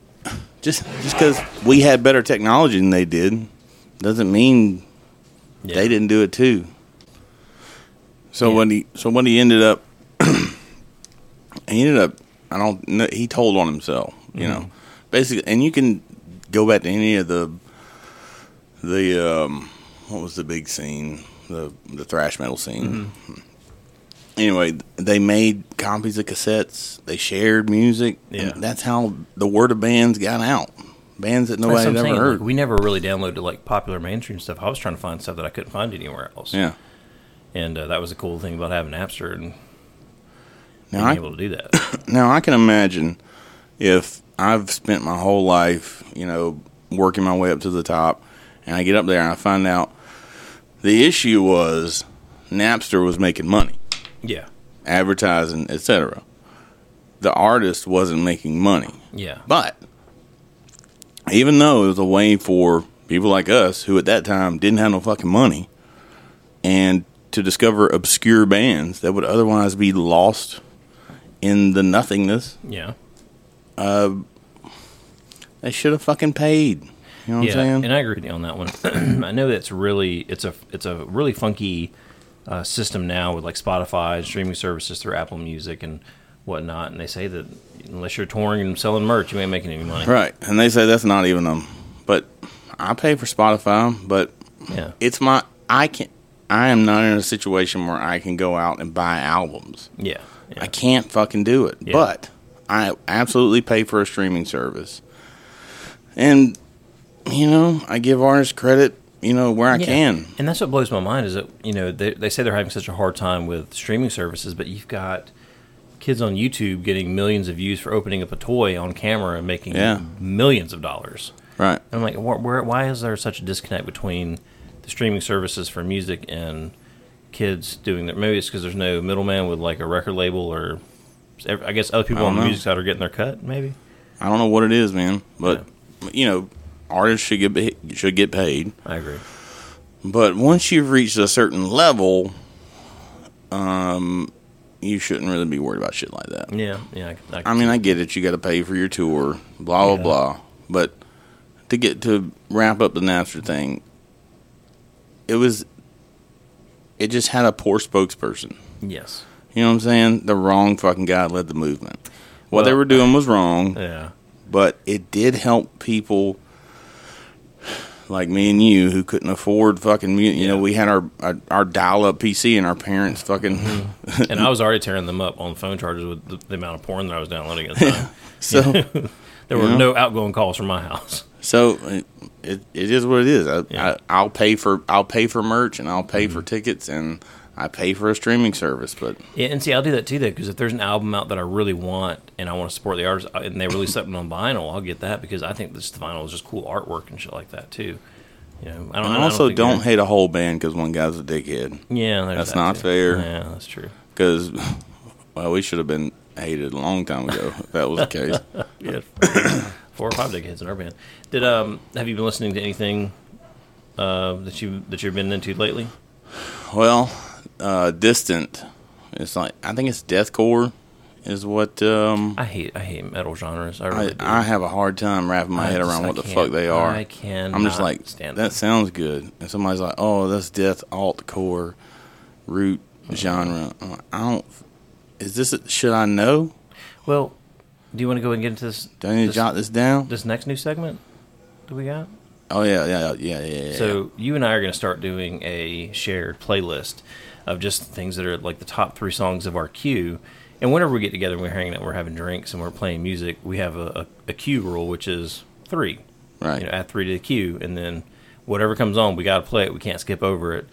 A: just just because we had better technology than they did, doesn't mean they didn't do it too. So when he so when he ended up, he ended up. I don't. know He told on himself. You
B: Mm-hmm.
A: know, basically, and you can go back to any of the the um
B: Mm-hmm.
A: what was the big scene the the thrash metal scene. Hmm. Anyway, they made copies of cassettes. They shared music.
B: Yeah.
A: and that's how the word of bands got out. Bands that nobody
B: That's what I'm
A: had ever
B: saying, like,
A: heard.
B: we never really downloaded like popular mainstream stuff. I was trying to find stuff that I couldn't find anywhere else.
A: Yeah.
B: and uh, that was a cool thing about having Napster and
A: Now
B: being
A: I-
B: able to do that.
A: Now I can imagine if I've spent my whole life, you know, working my way up to the top, and I get up there and I find out the issue was Napster was making money,
B: Yeah,
A: advertising, etc. The artist wasn't making money.
B: yeah,
A: But even though it was a way for people like us who at that time didn't have no fucking money and to discover obscure bands that would otherwise be lost in the nothingness,
B: yeah.
A: uh, they should have fucking paid. You know what
B: yeah,
A: I'm saying?
B: and I agree with you on that one. I know that's really it's a it's a really funky uh, system now with like Spotify and streaming services through Apple Music and whatnot. And they say that unless you're touring and selling merch, you ain't making any money.
A: Right. And they say that's not even them. But I pay for Spotify, but
B: Yeah.
A: it's my I can I am not in a situation where I can go out and buy albums.
B: Yeah.
A: I can't fucking do it.
B: Yeah.
A: But I absolutely pay for a streaming service. And you know, I give artists credit, you know, where I
B: Yeah.
A: can.
B: And that's what blows my mind is that you know they they say they're having such a hard time with streaming services, but you've got kids on YouTube getting millions of views for opening up a toy on camera and making
A: Yeah.
B: millions of dollars.
A: Right.
B: I'm like, where, where, why is there such a disconnect between the streaming services for music and kids doing that? Maybe it's because there's no middleman with like a record label or, I guess other people
A: I
B: on the
A: don't know.
B: music side are getting their cut. Maybe.
A: I don't know what it is, man, but you know, artists should get should get paid.
B: I agree.
A: But once you've reached a certain level, um, you shouldn't really be worried about shit like that.
B: Yeah, yeah. I, I-
A: I mean, I get it. You got to pay for your tour, blah blah
B: Yeah.
A: blah. But to get to wrap up the Napster thing, it was it just had a poor spokesperson.
B: yes.
A: You know what I'm saying? The wrong fucking guy led the movement. What they
B: Well,
A: were doing was wrong.
B: Yeah.
A: But it did help people like me and you who couldn't afford fucking mu- you know we had our our, our dial up PC and our parents fucking
B: and I was already tearing them up on phone charges with the, the amount of porn that I was downloading at the time.
A: So,
B: there
A: you
B: were
A: know.
B: no outgoing calls from my house.
A: So it, it it is what it is. I, I I'll pay for I'll pay for merch and I'll pay
B: Mm-hmm.
A: for tickets and I pay for a streaming service. But
B: Yeah, and see, I'll do that too, though, because if there's an album out that I really want and I want to support the artist, uh, and they release something on vinyl, I'll get that because I think this vinyl is just cool artwork and shit like that too. You know, I
A: I
B: don't.
A: also
B: I
A: don't,
B: don't, think
A: hate a whole band because one guy's a dickhead.
B: Yeah, there's
A: that's
B: that
A: not
B: too.
A: fair.
B: Yeah, that's true.
A: Because well, we should have been hated a long time ago if that was the case.
B: yeah, four or five decades in our band. Did um have you been listening to anything uh, that you that you've been into lately?
A: Well, uh, distant. It's like I think it's deathcore is what um,
B: I hate I hate metal genres. I
A: I,
B: really do.
A: I have a hard time wrapping my
B: I
A: head
B: just-
A: around
B: I
A: what the
B: can't-
A: fuck they are.
B: I cannot
A: I'm just like
B: stand
A: that sounds good, and somebody's like, "Oh, that's death alt core root genre." I'm like, I don't. Is this should I know?
B: Well, do you want to go and get into this?
A: Do I need to
B: this-
A: jot this down?
B: This next new segment that we got.
A: Oh yeah, yeah, yeah, yeah. yeah yeah.
B: So you and I are going to start doing a shared playlist of just things that are like the top three songs of our queue. And whenever we get together and we're hanging out, we're having drinks and we're playing music, we have a, a, a queue rule, which is three.
A: Right.
B: You know, add three to the queue, and then whatever comes on, we got to play it. We can't skip over it.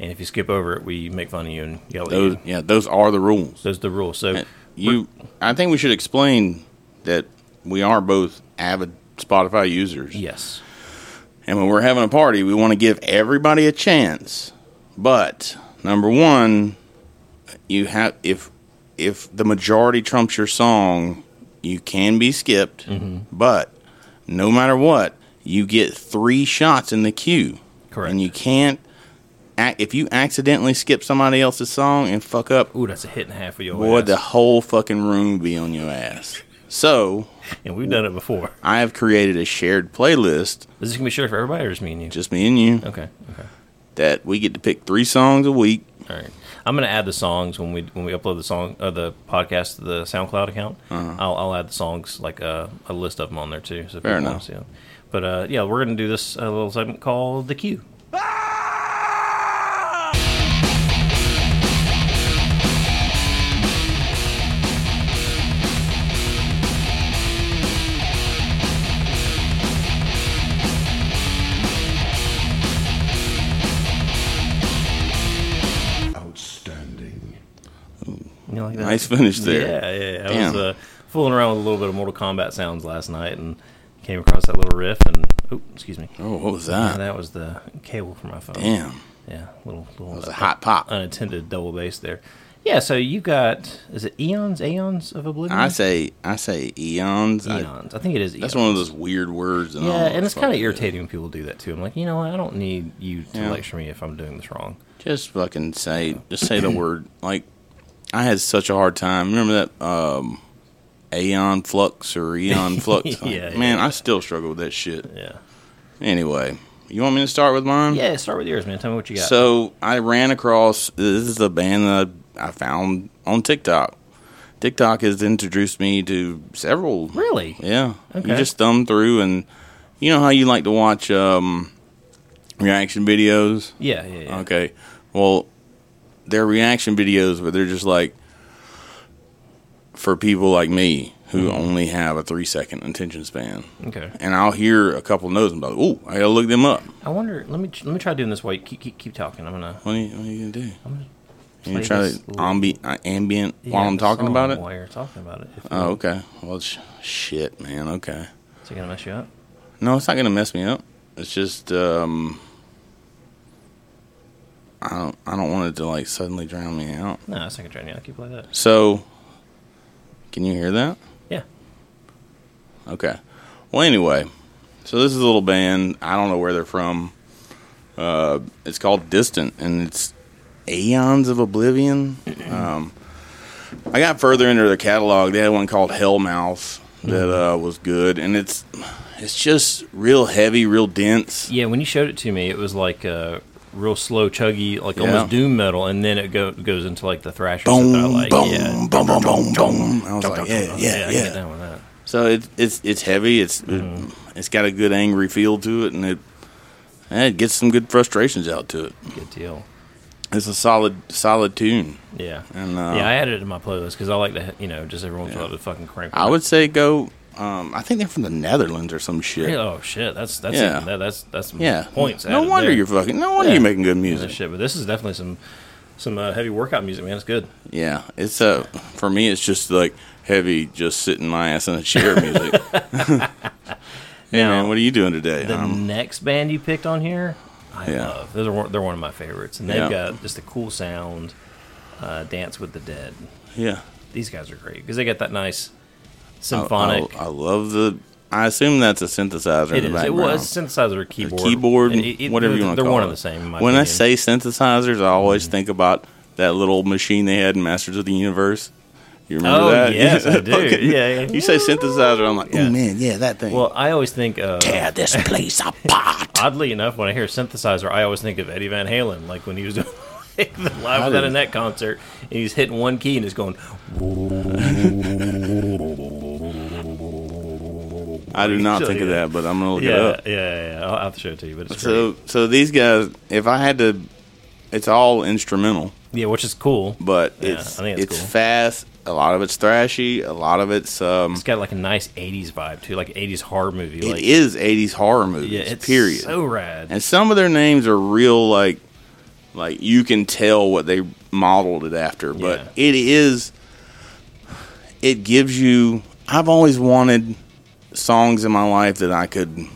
B: And if you skip over it, we make fun of you and yell at
A: those
B: you.
A: yeah, those are the rules.
B: Those are the rules. So
A: You, I think we should explain that we are both avid Spotify users.
B: Yes.
A: And when we're having a party, we want to give everybody a chance. But number one, you have if if the majority trumps your song, you can be skipped.
B: Mm-hmm.
A: But no matter what, you get three shots in the queue.
B: Correct.
A: And you can't. ac- If you accidentally skip somebody else's song and fuck up,
B: ooh, that's a hit and a half for your
A: boy,
B: ass.
A: the whole fucking room be on your ass. So,
B: and we've done it before.
A: I have created a shared playlist.
B: Is this gonna be shared for everybody, or just me and you?
A: Just me and you.
B: Okay. Okay.
A: That we get to pick three songs a week.
B: All right. I'm gonna add the songs when we when we upload the song uh, the podcast to the SoundCloud account.
A: Uh-huh.
B: I'll I'll add the songs like uh, a list of them on there too, so
A: Fair
B: people want
A: enough.
B: to see them. But uh, yeah, we're gonna do this uh, little segment called the Q. You like that?
A: Nice finish there.
B: Yeah, yeah. yeah. I
A: Damn.
B: was uh, fooling around with a little bit of Mortal Kombat sounds last night and came across that little riff and oh, excuse me.
A: Oh, what was that?
B: Yeah, that was the cable for my phone.
A: Damn.
B: Yeah, little little.
A: was a hot pop.
B: Uh-huh. Unintended double bass there. Yeah, so you got is it eons, aeons of oblivion?
A: I say I say eons.
B: Eons. I think it is
A: That's one of those weird words. And all
B: yeah, and it's kind of
A: fucking-
B: irritating when people do that too. I'm like, you know what? I don't need you to
A: Yeah.
B: lecture me if I'm doing this wrong.
A: Just fucking say, just say the word. Like, I had such a hard time. Remember that um, Aeon Flux or Eon Flux? Like,
B: Yeah,
A: man, I still struggle with that shit.
B: Yeah.
A: Anyway, you want me to start with mine?
B: Yeah, start with yours, man. Tell me what you got.
A: So I ran across this is a band that I found on TikTok. TikTok has introduced me to several.
B: Really?
A: Yeah.
B: Okay.
A: You just thumb through, and you know how you like to watch um, reaction videos.
B: Yeah, yeah, yeah.
A: Okay. Well, they're reaction videos, but they're just like for people like me
B: Mm-hmm.
A: who only have a three second attention span.
B: Okay.
A: And I'll hear a couple notes and be like, "Ooh, I gotta look them up."
B: I wonder. Let me let me try doing this while you keep keep, keep talking. I'm gonna.
A: What are you, what are you gonna do?
B: I'm gonna
A: You
B: play
A: try
B: this
A: to ambi- uh, ambient
B: Yeah,
A: while I'm
B: the
A: talking
B: song
A: about it.
B: While you're talking about it, if you-
A: Oh, okay. Well, sh- shit, man. Okay.
B: is it gonna mess you up?
A: No, it's not gonna mess me up. It's just um, I don't I don't want it to like suddenly drown me out.
B: No, it's not gonna drown you. out. Keep playing that.
A: So, can you hear that?
B: Yeah.
A: Okay. Well, anyway, so this is a little band. I don't know where they're from. Uh, it's called Distant, and it's Aeons of Oblivion. Um, I got further into their catalog. They had one called Hellmouth that
B: Mm-hmm.
A: uh, was good, and it's it's just real heavy, real dense.
B: Yeah, when you showed it to me, it was like a real slow, chuggy, like
A: Yeah.
B: almost doom metal, and then it go, goes into like the thrasher
A: Boom,
B: stuff. that I like.
A: boom,
B: yeah.
A: boom, boom, boom, boom. I was like,
B: Dun, dun,
A: yeah,
B: dun.
A: yeah,
B: I can get
A: yeah.
B: down with that.
A: So it's it's it's heavy. It's it's got a good angry feel to it, and it and it gets some good frustrations out to it.
B: Good deal.
A: It's a solid solid tune.
B: Yeah.
A: And uh,
B: yeah, I added it to my playlist because I like to, you know, just everyone's yeah. to fucking crank.
A: I would say go. Um, I think they're from the Netherlands or some shit.
B: Really? Oh shit, that's that's
A: Yeah.
B: even- that, that's that's some
A: Yeah.
B: points.
A: No
B: added
A: wonder
B: there.
A: you're fucking- no wonder you're making good music.
B: Yeah, shit, but this is definitely some some uh, heavy workout music, man. It's good.
A: Yeah, it's uh for me it's just like heavy, just sitting my ass in a chair music. hey
B: Now,
A: man, what are you doing today?
B: The
A: Um,
B: next band you picked on here, I
A: Yeah.
B: love. Those are one- they're one of my favorites, and they've
A: Yeah.
B: got just a cool sound. Uh, Dance with the Dead.
A: Yeah.
B: these guys are great because they got that nice symphonic.
A: I, I- I love the. I assume that's a synthesizer.
B: It
A: in the
B: is. It
A: background.
B: was synthesizer, keyboard,
A: A keyboard,
B: and it- it-
A: whatever you
B: they're-
A: want to
B: they're
A: call
B: one
A: it.
B: of the same, in my
A: when I
B: opinion.
A: say synthesizers, I always think about that little machine they had in Masters of the Universe. You remember
B: Oh,
A: that?
B: yes, I do.
A: Fucking-
B: Yeah, yeah.
A: You say synthesizer, I'm like, oh man, yeah, that thing.
B: Well, I always think of
A: Tear this place apart.
B: Oddly enough, when I hear synthesizer, I always think of Eddie Van Halen, like when he was doing like, the live
A: How
B: without a
A: did-
B: net concert, and he's hitting one key and it's going.
A: I do not
B: So,
A: think of
B: yeah.
A: that, but I'm gonna look
B: yeah,
A: it up.
B: Yeah, yeah, yeah. I'll I'll have to show it to you, but it's
A: So,
B: great.
A: so these guys, if I had to, it's all instrumental.
B: Yeah, which is cool.
A: but
B: Yeah,
A: it's
B: I think
A: it's,
B: it's cool.
A: fast. A lot of it's thrashy. A lot of it's um,
B: It's got like a nice '80s vibe too, like '80s horror movie.
A: it
B: like,
A: is '80s horror movies.
B: Yeah, it's
A: period.
B: so rad.
A: And some of their names are real, like like you can tell what they modeled it after. But it is, it gives you. I've always wanted songs in my life that I could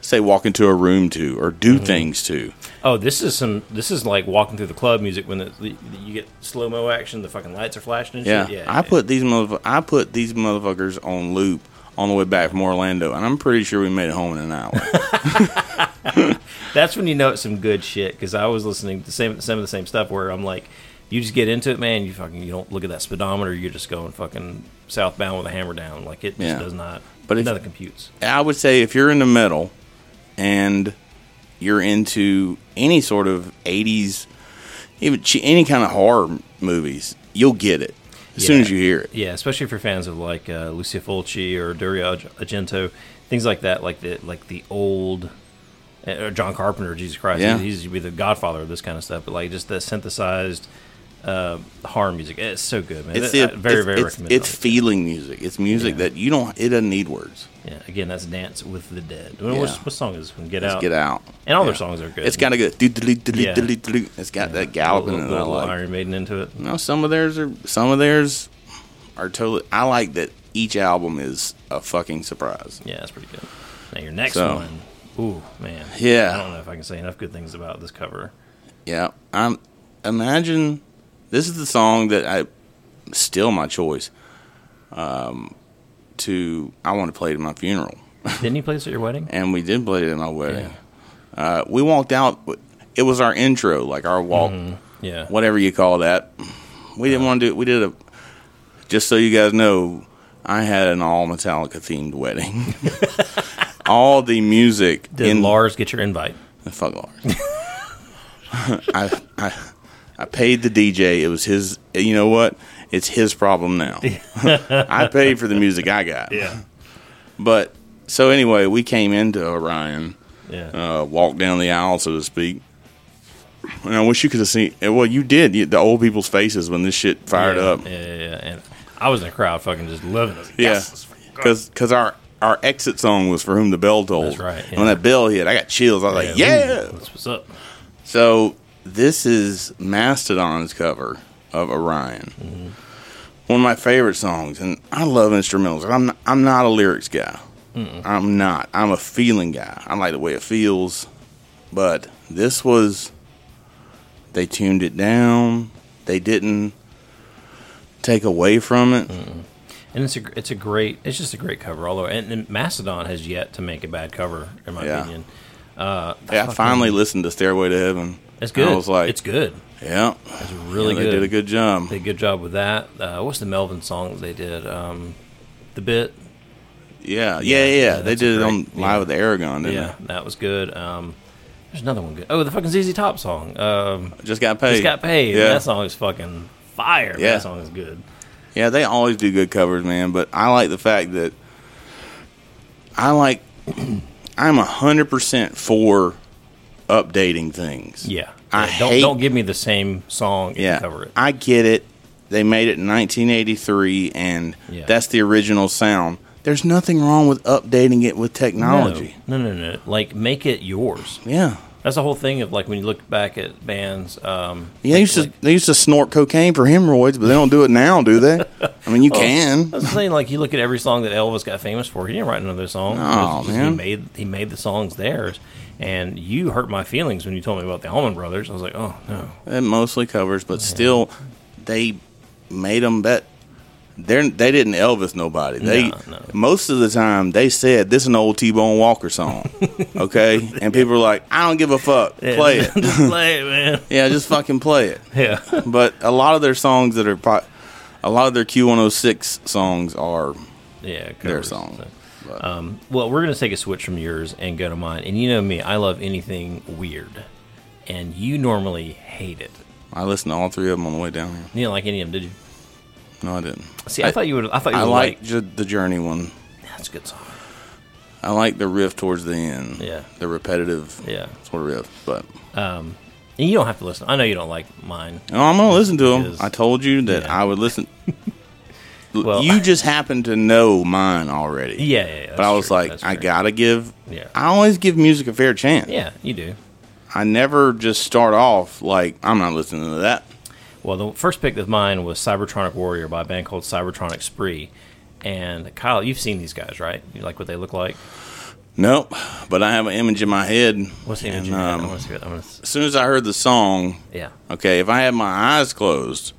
A: say walk into a room to or do things to.
B: Oh, this is some. This is like walking through the club music when the, the, you get slow mo action. The fucking lights are flashing and
A: Yeah,
B: shit.
A: I put these motherf- I put these motherfuckers on loop on the way back from Orlando, and I'm pretty sure we made it home in an hour.
B: That's when you know it's some good shit because I was listening to same, some of the same stuff where I'm like, you just get into it, man. You fucking you don't look at that speedometer. You're just going fucking southbound with a hammer down. Like it just
A: Yeah.
B: does not.
A: But
B: But
A: if-
B: nothing computes.
A: I would say if you're into metal and you're into any sort of 80s, even ch- any kind of horror movies, you'll get it as soon as you hear it.
B: Yeah, especially if you're fans of like uh, Lucio Fulci or Dario Arg- Argento, things like that. Like the like the old. uh, Or John Carpenter, Jesus Christ,
A: Yeah.
B: he's, he's be the godfather of this kind of stuff. But like just the synthesized uh, horror music. It's so good, man.
A: It's
B: That-
A: the-
B: I very,
A: it's-
B: very
A: it's,
B: recommended.
A: It's feeling music. It's music that you don't. It doesn't need words.
B: Yeah, again, that's Dance with the Dead. Well, what's-
A: Yeah.
B: What song is it? Get
A: It's
B: Out.
A: Get Out.
B: And all
A: Yeah.
B: their songs are good.
A: It's kind of good. Do, do, do, do, do,
B: Yeah.
A: do, do, do. It's got that galloping
B: Little-
A: and I
B: little
A: like.
B: Iron Maiden into it.
A: No, some of theirs are some of theirs are totally. I like that each album is a fucking surprise.
B: Yeah, that's pretty good. Now your next
A: So-
B: one. Ooh, man.
A: Yeah.
B: I don't know if I can say enough good things about this cover.
A: Yeah, I'm. Imagine this is the song that I still my choice. Um, to I want to play it at my funeral.
B: Didn't you play this at your wedding?
A: and we did play it at my wedding. Uh, we walked out. It was our intro, like our walk,
B: Mm-hmm. Mm, Yeah.
A: whatever you call that. We didn't want to do it. We did a. Just so you guys know, I had an all Metallica themed wedding. all the music.
B: Did Lars get your invite?
A: Fuck Lars. I, I I paid the DJ. It was his. You know what? It's his problem now. I paid for the music I got.
B: Yeah.
A: But so anyway, we came into Orion,
B: Yeah.
A: uh, walked down the aisle, so to speak. And I wish you could have seen. eh, Well, you did. You, the old people's faces when this shit fired
B: Yeah,
A: up.
B: Yeah, yeah, yeah. And I was in the crowd fucking just loving it.
A: Yeah, because our our exit song was for whom the bell tolls.
B: That's right,
A: And when that bell hit, I got chills. I was like,
B: Yeah,
A: yeah.
B: ooh, that's what's up.
A: So this is Mastodon's cover of Orion.
B: Mm-hmm.
A: One of my favorite songs, and I love instrumentals. and I'm not, I'm not a lyrics guy.
E: Mm-mm.
A: I'm not. I'm a feeling guy. I like the way it feels, but this was they tuned it down. They didn't take away from it.
B: Mm, And it's a gr- it's a great it's just a great cover. Although and, and Mastodon has yet to make a bad cover in my
A: Yeah.
B: opinion. Uh,
A: Yeah, I
B: fucking-
A: finally listened to Stairway to Heaven.
B: It's
A: And
B: good.
A: I was like,
B: it's good.
A: Yeah,
B: it's really
A: Yeah,
B: good.
A: They did a good job.
B: They did a good job with that. Uh, what's the Melvin song that they did? Um, the bit.
A: Yeah, yeah, yeah. they
B: that's
A: did it
B: great-
A: on Live at the Aragon. Didn't
B: yeah, that was good. Um, there's another one good. Oh, the fucking ZZ Top song. Um,
A: Just Got Paid.
B: Just got paid.
A: Yeah.
B: That song is fucking fire.
A: Yeah.
B: That song is good.
A: they? Yeah, they always do good covers, man. But I like the fact that I like. I'm hundred percent for updating things.
B: Yeah.
A: I
B: Yeah, don't
A: hate
B: don't give me the same song and
A: yeah,
B: cover it.
A: I get it. They made it in 1983, and
B: Yeah.
A: that's the original sound. There's nothing wrong with updating it with technology.
B: No, no, no, no. Like make it yours.
A: Yeah.
B: That's the whole thing of like when you look back at bands. Um,
A: Yeah, they used to they used to snort cocaine for hemorrhoids, but they don't do it now, do they? I mean, you
B: Oh,
A: can.
B: I was saying like you look at every song that Elvis got famous for. He didn't write another song.
A: No,
B: It's just
A: man.
B: He made he made the songs theirs. And you hurt my feelings when you told me about the Allman Brothers. I was like, oh no.
A: It mostly covers, but still, they made them bet. They're, they didn't Elvis nobody. They
B: No,
A: most of the time they said this is an old T Bone Walker song, okay? And people were like, I don't give a fuck, play it,
B: Just play it, man.
A: yeah, just fucking play it.
B: Yeah.
A: but a lot of their songs that are, po- a lot of their Q106 songs are,
B: Yeah,
A: their
B: covers,
A: songs.
B: so. Um, well, we're gonna take a switch from yours and go to mine. And you know me, I love anything weird, and you normally hate it.
A: I listened to all three of them on the way down here.
B: You didn't like any of them, did you?
A: No, I didn't.
B: See, I thought you would- I thought you
A: I
B: would
A: like ju- the Journey one.
B: That's a good song.
A: I like the riff towards the end.
B: Yeah.
A: the repetitive.
B: Yeah.
A: sort of riff, but
B: Um, and you don't have to listen. I know you don't like mine.
A: No, Oh, I'm gonna listen to them.
B: Because-
A: I told you that I would listen. well, you just happen to know mine already.
B: Yeah, yeah, yeah,
A: but I
B: that's
A: was
B: true,
A: like,
B: that's
A: I
B: true.
A: gotta give.
B: Yeah.
A: I always give music a fair chance.
B: Yeah, you do.
A: I never just start off like I'm not listening to that.
B: Well, the first pick of mine was Cybertronic Warrior by a band called Cybertronic Spree. And Kyle, you've seen these guys, right? You like what they look like?
A: Nope. But I have an image in my head.
B: What's the
A: and,
B: image? in your head? I
A: um,
B: want to see it. I wanna s-
A: As soon as I heard the song,
B: Yeah.
A: Okay, if I had my eyes closed,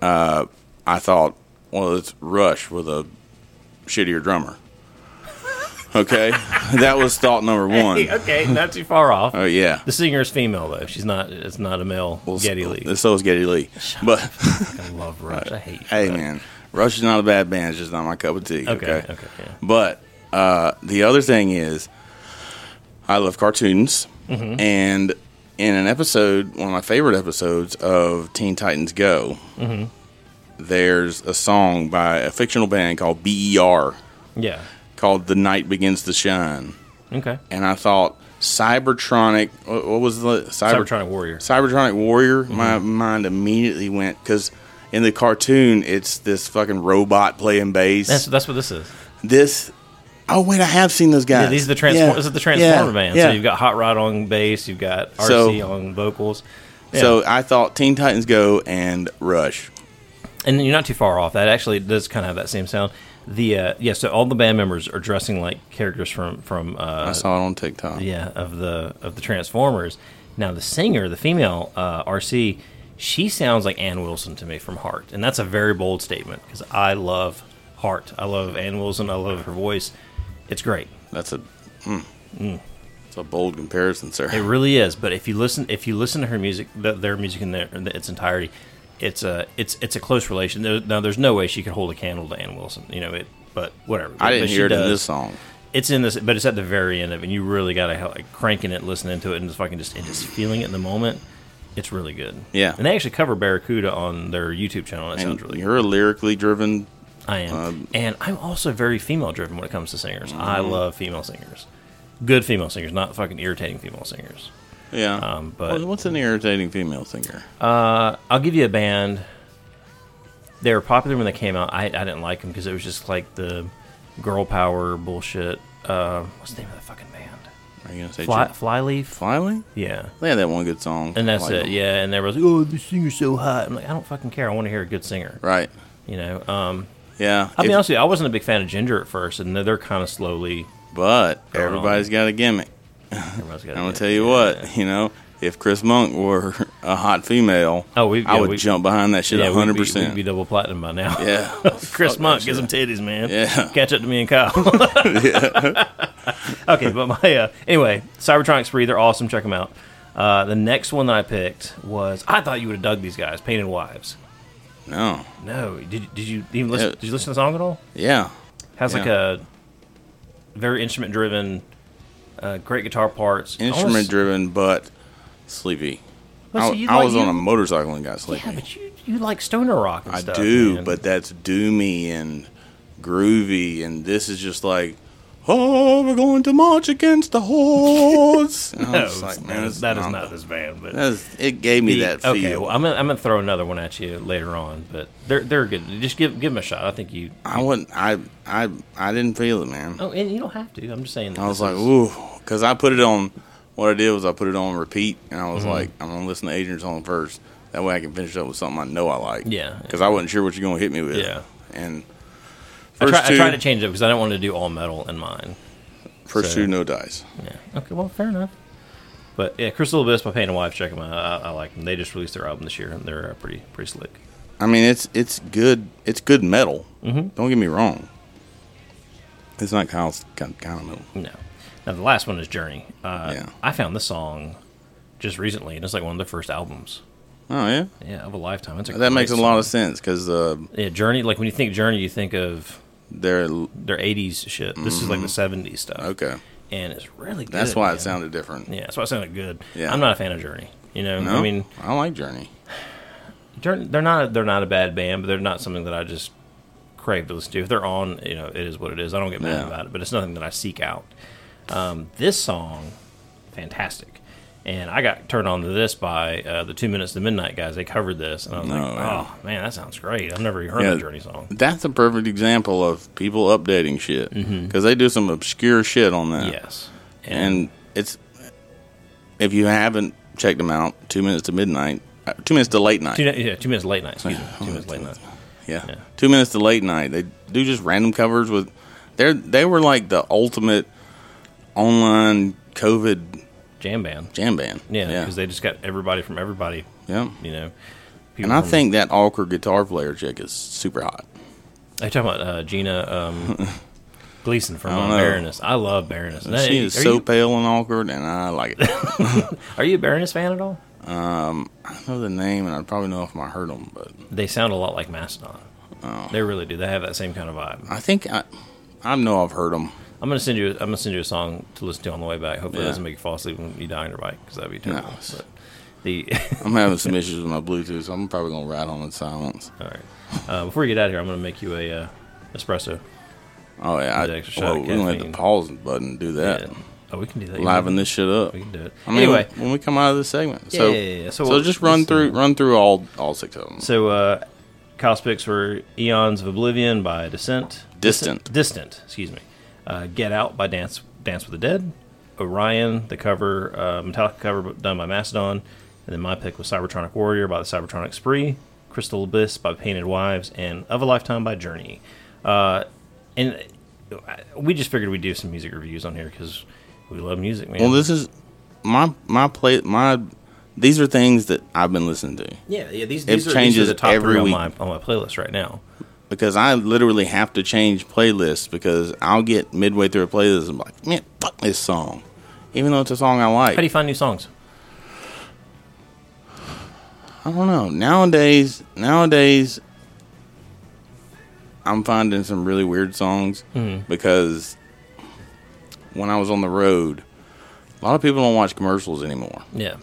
A: uh, I thought, well, it's Rush with a shittier drummer. Okay, that was thought number one.
B: Hey, uh, okay, not too far off.
A: Oh yeah.
B: The singer is female though. She's not. It's not a male.
A: Well,
B: Getty Lee.
A: So is Getty Lee. but
B: I love Rush. I hate.
A: hey man, Rush is not a bad band. It's just not my cup of tea.
B: Okay,
A: Okay.
B: okay, yeah.
A: But uh, the other thing is, I love cartoons,
B: Mhm.
A: and in an episode, one of my favorite episodes of Teen Titans Go,
B: Mhm.
A: there's a song by a fictional band called E BER
B: Yeah.
A: called "The Night Begins to Shine."
B: Okay.
A: and I thought Cybertronic. What what was the Cyber,
B: Cybertronic Mm-hmm. Warrior.
A: Cybertronic Warrior. My mind immediately went because in the cartoon, it's this fucking robot playing bass.
B: That's that's what this is.
A: this. Oh wait, I have seen those guys.
B: Yeah, these are the transform.
A: Yeah.
B: This is the Transformer
A: Yeah.
B: band.
A: Yeah.
B: So you've got Hot Rod on bass. You've got RC
A: So-
B: on vocals.
A: So I thought Teen Titans Go and Rush.
B: and you're not too far off. That actually does kind of have that same sound. The uh, yeah, so all the band members are dressing like characters from from. Uh,
A: I saw it on TikTok.
B: Yeah, of the of the Transformers. Now the singer, the female uh, RC, she sounds like Ann Wilson to me from Heart, and that's a very bold statement because I love Heart. I love Ann Wilson. I love her voice. It's great.
A: That's a. Mm. It's a bold comparison, sir.
B: It really is. But if you listen, if you listen to her music, th- their music in, their, in its entirety, it's a it's it's a close relation. There, now, there's no way she could hold a candle to Ann Wilson. You know it, but whatever.
A: I didn't
B: But she
A: hear it in
B: does.
A: this song.
B: It's in this, but it's at the very end of it. And you really got to like cranking it, listening to it, and just fucking just and just feeling it in the moment. It's really good.
A: Yeah.
B: and they actually cover Barracuda on their YouTube channel. That sounds really.
A: You're a lyrically driven.
B: I am,
A: Um,
B: and I'm also very female driven when it comes to singers. I
A: Mm-hmm.
B: love female singers, good female singers, not fucking irritating female singers.
A: Yeah.
B: Um, but
A: What- what's an irritating female singer?
B: Uh, I'll give you a band. They were popular when they came out. I, I didn't like them because it was just like the girl power bullshit. Uh, what's the name of the fucking band?
A: Are you gonna say
B: Fly,
A: Ju-
B: Flyleaf?
A: Flyleaf?
B: Yeah.
A: They had that one good song.
B: And that's
A: Like
B: it.
A: them.
B: Yeah. And everyone's like, oh, the singer's so hot. I'm like, I don't fucking care. I want to hear a good singer.
A: Right.
B: You know. Um.
A: Yeah.
B: I'll be
A: If-
B: honest with you. I wasn't a big fan of Ginger at first, and they're- they're kind of slowly.
A: But
B: Going on.
A: everybody's got a gimmick.
B: Everybody's got.
A: I'm gonna tell you what. You know, if Chris Monk were a hot female,
B: Oh, we.
A: I
B: yeah,
A: would
B: we-
A: jump behind that shit
B: yeah, we'd be-
A: 100.
B: We'd
A: percent
B: be double platinum by now.
A: Yeah.
B: Chris
A: Fuck
B: Monk,
A: that
B: get some
A: shit.
B: titties, man.
A: Yeah.
B: Catch up to me and Kyle. okay, but my uh, anyway, Cybertronics Spree, they're awesome. Check them out. Uh, the next one that I picked was I thought you would have dug these guys, Painted Wives.
A: No.
B: No, did did you even listen?
A: Yeah.
B: Did you listen to the song at all?
A: Yeah.
B: Has
A: Yeah.
B: like a very instrument driven, uh, great guitar parts.
A: Instrument driven, but sleepy.
B: Well,
A: I,
B: see, you
A: I
B: like-
A: was on
B: you-
A: a motorcycle and got sleepy.
B: Yeah, but you you like stoner rock. And
A: I
B: stuff,
A: do,
B: man.
A: but that's doomy and groovy, and this is just like, oh, we're going to march against the hordes. And I
B: No,
A: was like,
B: that
A: man,
B: is-
A: it's
B: that is not this band. But
A: that is- it gave me
B: The-
A: that feel.
B: Okay, well, I'm gonna, I'm gonna throw another one at you later on, but they're they're good. Just give give them a shot. I think you.
A: I wouldn't. I I I didn't feel it, man.
B: Oh, and you don't have to. I'm just saying. that
A: I was
B: this
A: like,
B: is-
A: ooh, because I put it on. What I did was I put it on repeat, and I was
B: Mhm.
A: like, I'm gonna listen to Adrian's song first. That way I can finish up with something I know I like.
B: Yeah.
A: Because I wasn't sure what you're gonna hit me with.
B: Yeah.
A: And
B: I,
A: first
B: try,
A: two,
B: I tried to change it because I didn't want to do all metal in mine.
A: first
B: so-
A: two, no dice.
B: Yeah. Okay. Well, fair enough. But yeah, Crystal Abyss by Pain and Wife. Check them out. I, I like them. They just released their album this year, and they're uh, pretty pretty slick.
A: I mean, it's it's good. It's good metal.
B: Mhm.
A: Don't get me wrong. It's not Kyle's kind kind of metal.
B: No. Now the last one is Journey. Uh,
A: Yeah.
B: I found this song just recently, and it's like one of their first albums.
A: Oh yeah,
B: Yeah, of a lifetime. It's a
A: that makes a
B: great
A: lot
B: song.
A: of sense because uh,
B: Yeah, Journey. Like when you think Journey, you think of
A: they're
B: their '80s shit. This is like the '70s stuff.
A: Mm-hmm. okay.
B: and it's really good.
A: That's why
B: man.
A: it sounded different.
B: Yeah, that's why it sounded good.
A: Yeah.
B: I'm not a fan of Journey. You know,
A: No,
B: I mean,
A: I like Journey.
B: Journey, they're not they're not a bad band, but they're not something that I just crave to listen to. If they're on, you know, it is what it is. I don't get mad
A: Yeah.
B: about it, but it's nothing that I seek out. Um, this song, fantastic. And I got turned on to this by uh, the Two Minutes to Midnight guys. They covered this, and I was
A: No,
B: like,
A: yeah.
B: "Oh man, that sounds great! I've never even heard
A: Yeah,
B: a Journey song."
A: That's a perfect example of people updating shit because
B: Mhm.
A: they do some obscure shit on that.
B: Yes,
A: and, it's if you haven't checked them out, two minutes to midnight, uh, two minutes to late night.
B: two, yeah, Two Minutes Late Night. Excuse me, Two Minutes
A: Oh,
B: Late Night.
A: Yeah. Two minutes to late night. They do just random covers with they're they were like the ultimate online COVID
B: Jam band.
A: jam band.
B: Yeah,
A: Yeah.
B: because they just got everybody from everybody.
A: Yeah.
B: You know,
A: And I
B: from-
A: think that awkward guitar player chick is super hot.
B: Are you talking about uh, Gina um, Gleason from
A: I don't
B: uh,
A: know.
B: Baroness? I love Baroness.
A: she
B: Hey,
A: is
B: are
A: so
B: you-
A: pale and awkward and I like it.
B: Are you a Baroness fan at all?
A: um I don't know the name and I'd probably know if I heard them, but
B: They sound a lot like Mastodon.
A: Oh.
B: They really do. They have that same kind of vibe.
A: I think I I know I've heard them.
B: I'm gonna send you. I'm gonna send you a song to listen to on the way back. Hopefully, it
A: Yeah.
B: doesn't make you fall asleep when you die on your bike because that'd be
A: No.
B: terrible. But the
A: I'm having some issues with my Bluetooth, so I'm probably gonna ride on in silence.
B: All right. Uh, before you get out of here, I'm gonna make you a uh, espresso.
A: Oh yeah, I,
B: With extra shot
A: well,
B: of
A: we don't have to
B: caffeine.
A: pause the button to do that.
B: Yeah. Oh, we can do that.
A: Liven this shit up.
B: We can do it.
A: I mean,
B: Anyway.
A: when, when we come out of this segment,
B: Yeah,
A: so
B: yeah, yeah, yeah. So
A: so,
B: we'll-
A: just run
B: let's do
A: through
B: it.
A: run through all all six of them.
B: So, uh, Kyle's picks were Eons of Oblivion by Descent.
A: Distant.
B: Distant, excuse me. Uh, Get Out by Dance Dance with the Dead. Orion, the cover, uh, Metallica cover done by Mastodon. And then my pick was Cybertronic Warrior by the Cybertronic Spree. Crystal Abyss by Painted Wives. And Of a Lifetime by Journey. Uh, and uh, we just figured we'd do some music reviews on here because we love music, man.
A: Well, this is my my play my. These are things that I've been listening to.
B: Yeah, yeah, these-
A: It
B: these are- these are
A: changes
B: the top
A: every
B: three on
A: week
B: my- on my playlist right now.
A: Because I literally have to change playlists because I'll get midway through a playlist and be like, man, fuck this song, even though it's a song I like.
B: How do you find new songs?
A: I don't know. Nowadays, nowadays, I'm finding some really weird songs
B: Mhm.
A: because when I was on the road, a lot of people don't watch commercials anymore.
B: Yeah.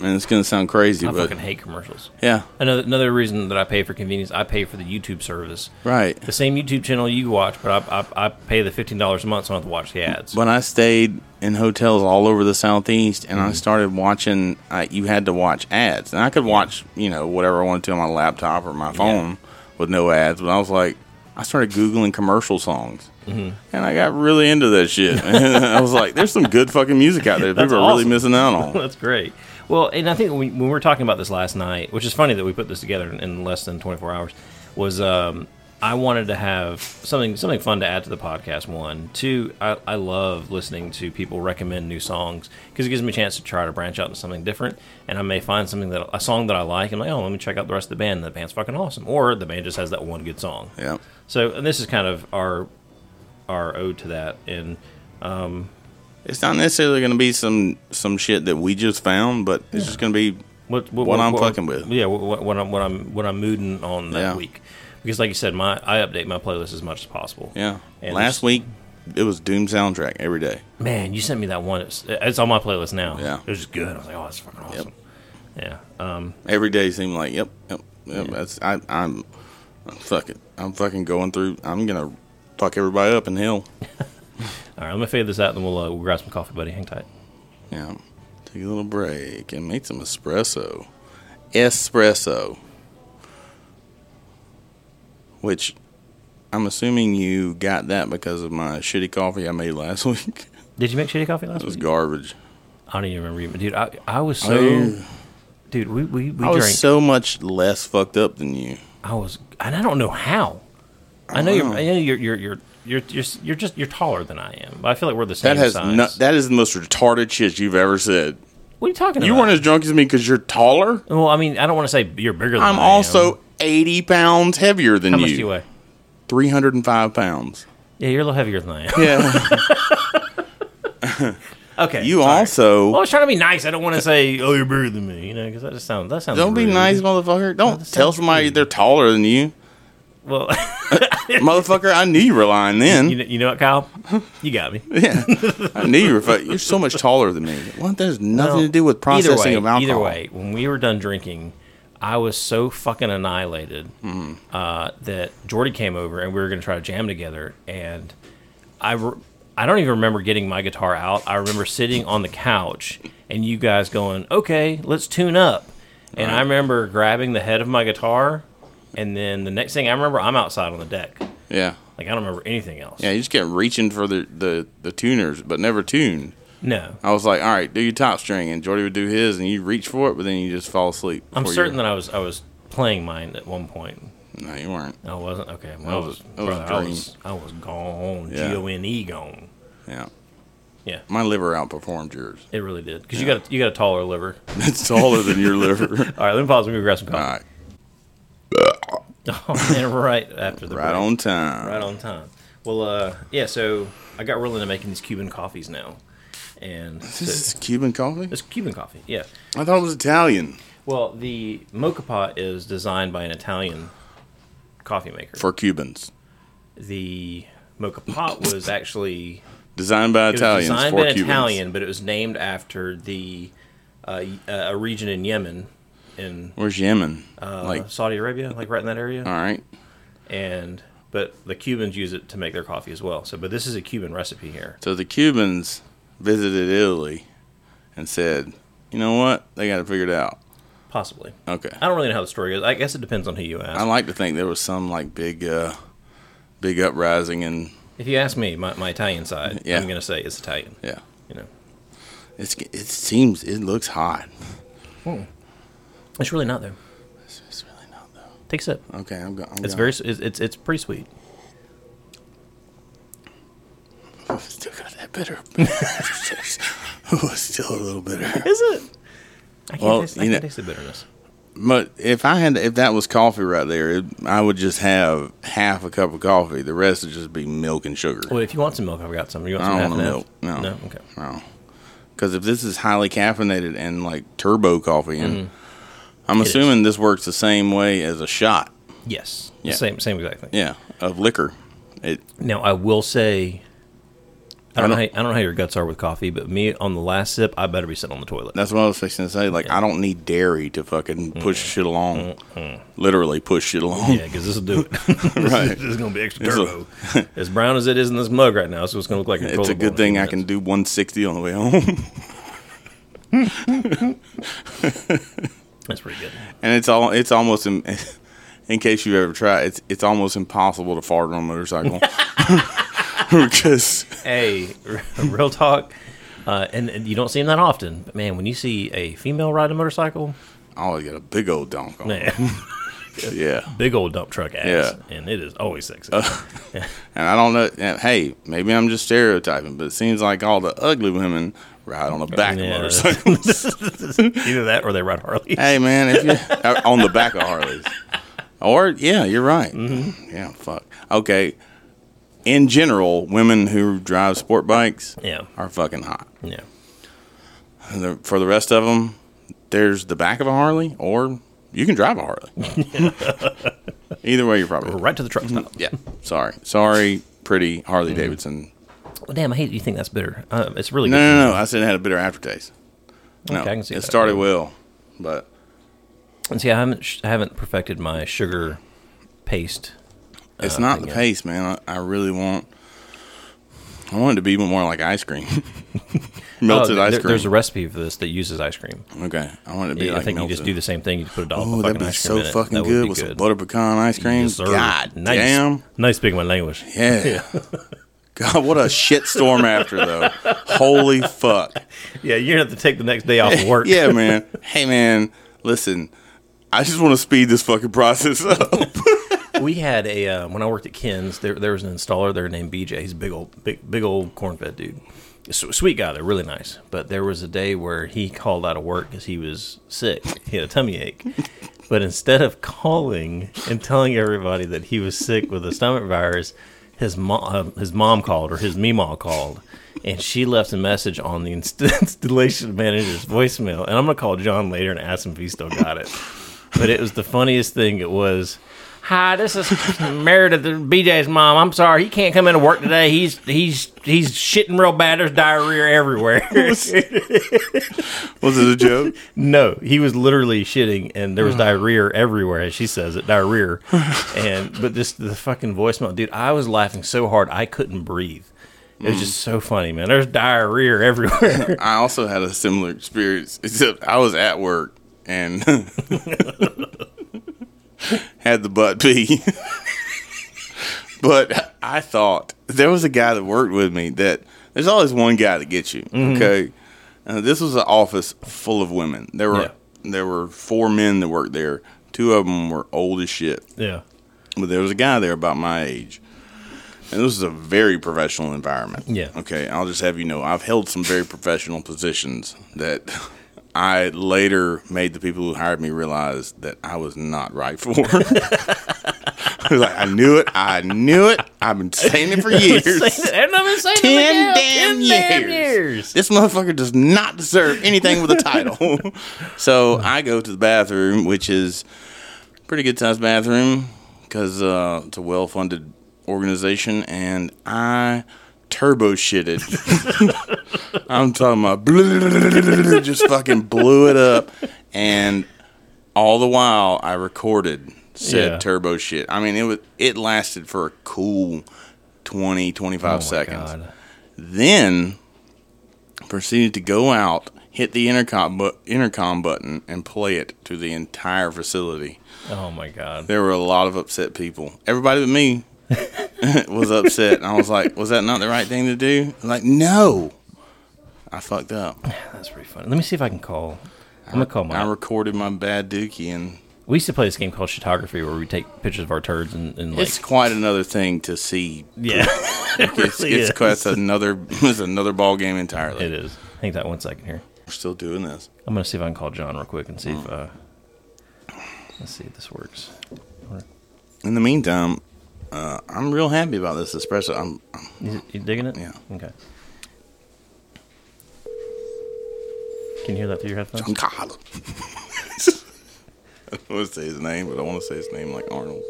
A: and it's gonna sound crazy,
B: I
A: but
B: fucking hate commercials.
A: Yeah.
B: Another another reason that I pay for convenience, I pay for the YouTube service.
A: Right.
B: The same YouTube channel you watch, but I I, I pay the fifteen dollars a month, so I don't have to watch the ads.
A: But I stayed in hotels all over the southeast,
B: Mm-hmm.
A: and I started watching. I, you had to watch ads, and I could watch you know whatever I wanted to on my laptop or my phone with no ads. But I was like, I started googling commercial songs,
B: Mhm.
A: and I got really into that shit. And I was like, there's some good fucking music out there.
B: That's
A: People are really
B: awesome.
A: missing out on.
B: That's great. Well, and I think when we, when we were talking about this last night, which is funny that we put this together in, in less than 24 hours, was um, I wanted to have something something fun to add to the podcast. One, two, I, I love listening to people recommend new songs because it gives me a chance to try to branch out into something different, and I may find something that a song that I like. I'm like, oh, let me check out the rest of the band. The band's fucking awesome, or the band just has that one good song.
A: Yeah.
B: So, and this is kind of our our ode to that, and um,
A: It's not necessarily going to be some some shit that we just found, but it's just going to be
B: what,
A: I'm fucking with.
B: Yeah, what, what, what I'm what I'm what I'm mooding on that
A: Yeah.
B: week. Because like you said, my I update my playlist as much as possible.
A: Yeah.
B: And
A: Last week, it was Doom soundtrack every day.
B: man, you sent me that one. It's, it's on my playlist now.
A: Yeah.
B: it was just good. I was like, oh, that's fucking awesome. Yeah. Um,
A: Every day seemed like, yep, yep, yep. That's I, I'm, I'm fucking, I'm fucking going through. I'm gonna fuck everybody up in hell.
B: All right, I'm gonna fade this out, and then we'll uh, we'll grab some coffee, buddy. Hang tight.
A: Yeah. Take a little break and make some espresso. Espresso. Which I'm assuming you got that because of my shitty coffee I made last week.
B: Did you make shitty coffee last
A: It was
B: week?
A: garbage.
B: I don't even remember, you- dude. I I was so,
A: I-
B: dude. We we we
A: I
B: drank.
A: was so much less fucked up than you. Oh.
B: I was, and I don't know how. I know you're. I know you're. You're. You're. You're. You're, s- you're just. You're taller than I am. But I feel like we're the same
A: That has
B: size.
A: no, that is the most retarded shit you've ever said.
B: What are you talking
A: You
B: about?
A: weren't as drunk as me because you're taller.
B: Well, I mean, I don't want to say you're bigger than
A: I'm
B: I am.
A: also 80 pounds heavier than
B: How
A: you.
B: much do you weigh?
A: 305 pounds.
B: Yeah, you're a little heavier than I am.
A: Yeah.
B: okay.
A: You also.
B: Well, I was trying to be nice. I don't want to say, "Oh, you're bigger than me," you know, because that just sounds that sounds.
A: Don't be
B: rude.
A: nice, motherfucker. Don't tell somebody they're taller than you.
B: Well,
A: motherfucker, I knew you were lying then.
B: You, know- you know what, Kyle? You got me.
A: yeah, I knew you were. Fu- you're so much taller than me. What? There's nothing
B: Well,
A: to do with
B: either
A: processing
B: way-
A: of alcohol.
B: Either way, when we were done drinking, I was so fucking annihilated
A: Mm-hmm.
B: uh, that Jordy came over and we were going to try to jam together. And I, re- I don't even remember getting my guitar out. I remember sitting on the couch and you guys going, "Okay, let's tune up." And I
K: Right.
B: remember grabbing the head of my guitar, and then the next thing I remember, I'm outside on the deck.
A: Yeah,
B: Like I don't remember anything else.
A: yeah. You just kept reaching for the, the the tuners, but never tuned.
B: No.
A: I was like, all right, do your top string, and Jordy would do his, and you reach for it, but then you just fall asleep.
B: I'm
A: before you-
B: certain that I was I was playing mine at one point.
A: No, you weren't.
B: I wasn't. Okay, well,
A: That
B: I
A: was-
B: was.
A: that was a
B: brother, I
A: dream.
B: was. I was gone.
A: Yeah.
B: G O N E gone.
A: Yeah.
B: Yeah.
A: My liver outperformed yours.
B: It really did because you got a, you got a taller liver.
A: It's taller than your liver.
B: All right, let me pause. Let me grab some coffee. Oh man, right after the
A: Right
B: break.
A: on time.
B: Right on time. Well, uh, yeah. So I got real into making these Cuban coffees now, and
A: This is
B: so-
A: Cuban coffee.
B: It's Cuban coffee. Yeah.
A: I thought it was Italian
B: Well, the mocha pot is designed by an Italian coffee maker.
A: for Cubans.
B: The mocha pot was actually
A: Designed by
B: It was
A: Italians
B: designed
A: for
B: by an
A: Cubans.
B: Italian, but it was named after the uh, y- uh, a region in Yemen, in
A: Where's Yemen?
B: uh,
A: like,
B: Saudi Arabia, like right in that area.
A: all right.
B: And but the Cubans use it to make their coffee as well. So, but this is a Cuban recipe here.
A: So the Cubans visited Italy and said, you know what? They got it figured out.
B: Possibly.
A: Okay.
B: I don't really know how the story goes. I guess it depends on who you ask.
A: I like to think there was some like big, uh, big uprising in
B: If you ask me, my, my Italian side,
A: Yeah.
B: I'm going to say it's Italian.
A: Yeah.
B: You know.
A: It's it seems it looks hot.
B: It's really not though.
A: It's, really not though.
B: Take a sip.
A: Okay, I'm going.
B: It's very s- it's it's, it's pretty sweet.
A: Still got that bitter. still a little bitter.
B: Is it? I can't,
A: Well,
B: taste, I
A: you
B: can't
A: know-
B: taste the bitterness.
A: But if I had, if that was coffee right there, it, I would just have half a cup of coffee. The rest would just be milk and sugar.
B: Well, if you want some milk, I've got some. You
A: I
B: want some
A: don't
B: half
A: want milk.
B: and
A: No.
B: half? No. Okay.
A: No. Because if this is highly caffeinated and like turbo coffee, and
B: Mhm.
A: I'm
B: It is.
A: assuming this works the same way as a shot.
B: Yes. The Same same exact thing.
A: Yeah, of liquor. It.
B: Now I will say, I
A: I
B: don't know. How,
A: don't-
B: I don't know how your guts are with coffee, but me on the last sip, I better be sitting on the toilet.
A: That's what I was fixing to say. Like, I don't need dairy to fucking push shit along. Literally push shit along.
B: Yeah, because this will do it.
A: right.
B: This is gonna be extra
A: It's a-
B: turbo. as brown as it is in this mug right now, so it's gonna look like a
A: It's a good thing I can do 160 on the way home.
B: That's pretty good.
A: And it's all it's almost in, in case you ever try it, it's it's almost impossible to fart on a motorcycle. because
B: Hey, real talk, uh, and, and you don't see them that often. But man, when you see a female ride a motorcycle,
A: I always got a big old donk on. yeah.
B: big old dump truck ass,
A: Yeah.
B: and it is always sexy.
A: And I don't know and hey, maybe I'm just stereotyping, but it seems like all the ugly women ride on the back
B: Yeah.
A: of motorcycles.
B: Either that or they ride Harley.
A: hey man, if you are on the back of Harleys. Or yeah, you're right.
B: Mm-hmm.
A: Yeah, fuck. Okay. In general, women who drive sport bikes
B: Yeah.
A: are fucking hot.
B: Yeah.
A: And the, for the rest of them, there's the back of a Harley, or you can drive a Harley. Either way, you're probably
B: right to the truck stop.
A: Yeah. Sorry, sorry, pretty Harley
B: Mm-hmm.
A: Davidson.
B: Well, damn, I hate you think that's bitter. Uh, it's really
A: No,
B: good.
A: no, no. I said it had a bitter aftertaste. No,
B: Okay, I can see
A: it
B: that.
A: started well, but
B: And see, I haven't sh- I haven't perfected my sugar paste.
A: it's
B: uh,
A: not
B: thing
A: the
B: yet.
A: pace, man. I, I really want. I want it to be more like ice cream, melted
B: Oh,
A: ice
B: there-
A: cream.
B: There's a recipe for this that uses ice cream.
A: Okay, I want it to be
B: Yeah,
A: like
B: I think
A: melted.
B: you just do the same thing. You just put a dollop
A: Oh,
B: of
A: that'd
B: fucking
A: be
B: ice cream
A: so
B: in it.
A: fucking
B: That would
A: good
B: be
A: with some butter pecan ice cream.
B: Yes, sir.
A: God
B: nice.
A: damn.
B: Nice speaking my language.
A: Yeah. God, what a shitstorm after though. Holy fuck.
B: Yeah, you're gonna have to take the next day off of work.
A: yeah, man. Hey, man. Listen, I just want to speed this fucking process up.
B: we had a uh, when I worked at Ken's, there there was an installer there named BJ. He's a big old big big old corn fed dude. S- Sweet guy, they're really nice. But there was a day where he called out of work because he was sick. He had a tummy ache. But instead of calling and telling everybody that he was sick with a stomach virus, his mom his mom called or his mima called, and she left a message on the inst- installation manager's voicemail. And I'm gonna call John later and ask him if he still got it. But it was the funniest thing. It was. Hi, this is Meredith, BJ's mom. I'm sorry, he can't come into work today. He's he's he's shitting real bad. There's diarrhea everywhere.
A: Was it a joke?
B: no, he was literally shitting, and there was diarrhea everywhere, as she says it, diarrhea. and but just the fucking voicemail, dude. I was laughing so hard I couldn't breathe. It was just so funny, man. There's diarrhea everywhere.
A: I also had a similar experience, except I was at work and had the butt pee. but I thought there was a guy that worked with me that there's always one guy that gets you. Okay. Uh, this was an office full of women. There were there were four men that worked there. Two of them were old as shit.
B: yeah,
A: But there was a guy there about my age. And this is a very professional environment.
B: Yeah.
A: Okay. I'll just have you know, I've held some very professional positions that I later made the people who hired me realize that I was not right for. I was like, I knew it. I knew it. I've been saying it for years.
B: and I've been saying
A: Ten
B: it
A: damn
B: again, ten damn
A: years.
B: years.
A: This motherfucker does not deserve anything with a title. so I go to the bathroom, which is pretty good sized bathroom because uh, it's a well funded organization, and I turbo shitted. I'm talking about just fucking blew it up, and all the while I recorded said
B: Yeah.
A: turbo shit. I mean, it was it lasted for a cool 20, 25
B: Oh my
A: seconds.
B: God.
A: Then proceeded to go out, hit the intercom, bu- intercom button, and play it to the entire facility.
B: Oh my god!
A: There were a lot of upset people. Everybody but me was upset, and I was like, "Was that not the right thing to do?" I'm like, "No, I fucked up."
B: That's pretty funny. Let me see if I can call. I'm gonna call Oh, my.
A: I recorded my bad dookie, and
B: we used to play this game called Shitography, where we take pictures of our turds and, and like
A: it's quite another thing to see.
B: Yeah, it
A: it's,
B: really
A: it's,
B: is.
A: That's another it's another ball game entirely.
B: It is. Hang that one second here.
A: We're still doing this.
B: I'm gonna see if I can call John real quick and see if
A: Mm.
B: uh, let's see if this works.
A: In the meantime, uh, I'm real happy about this espresso. I'm, I'm
B: You, you digging it? Yeah. Okay. Can you hear that through your headphones?
A: John Carlo. I don't want to say his name, but I want to say his name like Arnold.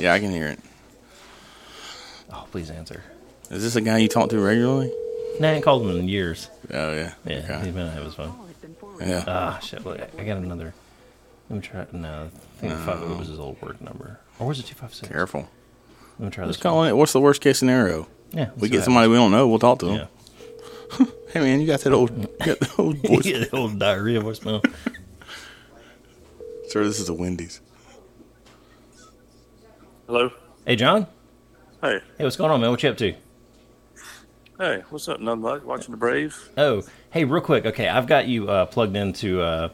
A: yeah, I can hear it.
B: Oh, please answer.
A: Is this a guy you talk to regularly?
B: Nah, I ain't called him in years.
A: Oh yeah.
B: Yeah, he's been have his phone.
A: Yeah. Uh,
B: Ah, shit. Look, I got another. Let me try. No, I think five it was his old work number. Or was it two five six?
A: Careful.
B: Let me try
A: Let's
B: this.
A: call it. What's the worst case scenario?
B: Yeah, let's
A: we
B: see
A: get
B: what
A: somebody we don't know. We'll talk to them. hey man, you got that old, you got that old voice.
B: yeah, the old diarrhea voicemail.
A: Sir, this is a Wendy's.
J: Hello.
B: Hey, John.
J: Hey.
B: Hey, what's going on, man? What you up to?
J: Hey, what's up? Nothing much. Watching the Braves.
B: Oh, hey, real quick. Okay, I've got you uh, plugged into uh,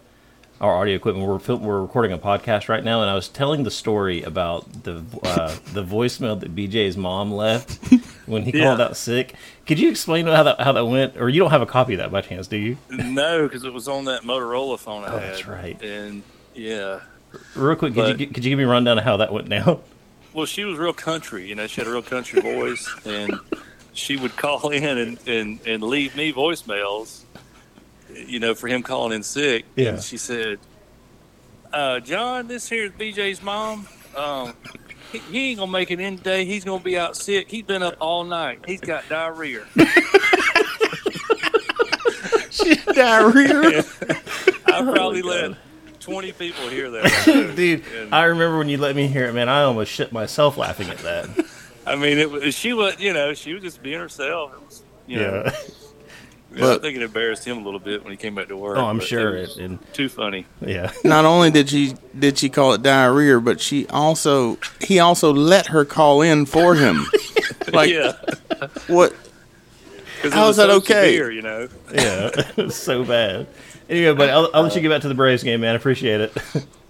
B: our audio equipment. We're fil- we're recording a podcast right now, and I was telling the story about the uh, the voicemail that BJ's mom left when he
J: Yeah.
B: called out sick. Could you explain how that how that went? Or you don't have a copy of that by chance, do you?
J: No, because it was on that Motorola phone I
B: Oh,
J: had.
B: that's right.
J: And yeah,
B: Real quick, could you could you give me a rundown of how that went down?
J: well, she was real country. You know, she had a real country voice, and she would call in and and and leave me voicemails. You know, for him calling in sick.
B: Yeah.
J: And she said, uh, "John, this here is BJ's mom. Um, he, he ain't gonna make it in today. He's gonna be out sick. He's been up all night. He's got diarrhea."
A: diarrhea.
J: I probably let twenty people hear that.
B: Dude, I remember when you let me hear it, man. I almost shit myself laughing at that.
J: I mean, it was she was you know she was just being herself. It was, you know,
B: Yeah.
J: yeah, I
A: But-
J: think it embarrassed him a little bit when he came back to work.
B: Oh, I'm
J: but
B: sure
J: was
B: it- and-
J: too funny.
B: Yeah.
A: Not only did she did she call it diarrhea, but she also he also let her call in for him. Like
J: yeah,
A: what?
J: 'Cause it
A: How
J: was
A: is that
J: so
A: okay?
J: severe, you know.
B: Yeah, it was so bad. Anyway, buddy, I'll, I'll let you get back to the Braves game, man. I appreciate it.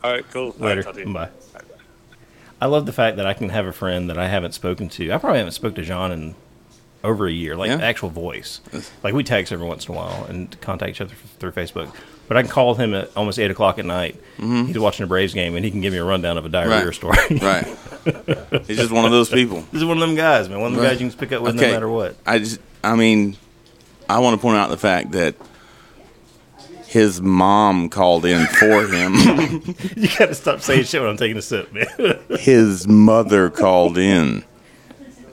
J: All right, cool. All right,
B: Later.
J: talk to you.
B: Bye. I love the fact that I can have a friend that I haven't spoken to. I probably haven't spoken to John in over a year, like actual voice. Like we text every once in a while and contact each other through Facebook. But I can call him at almost eight o'clock at night. He's watching a Braves game and he can give me a rundown of a diarrhea
A: Right.
B: story.
A: Right. He's just one of those people.
B: This is one of them guys, man. One of them
A: Right.
B: guys you can just pick up with
A: Okay.
B: no matter what.
A: I just, I mean, I want to point out the fact that his mom called in for him.
B: you got to stop saying shit when I'm taking a sip, man.
A: his mother called in.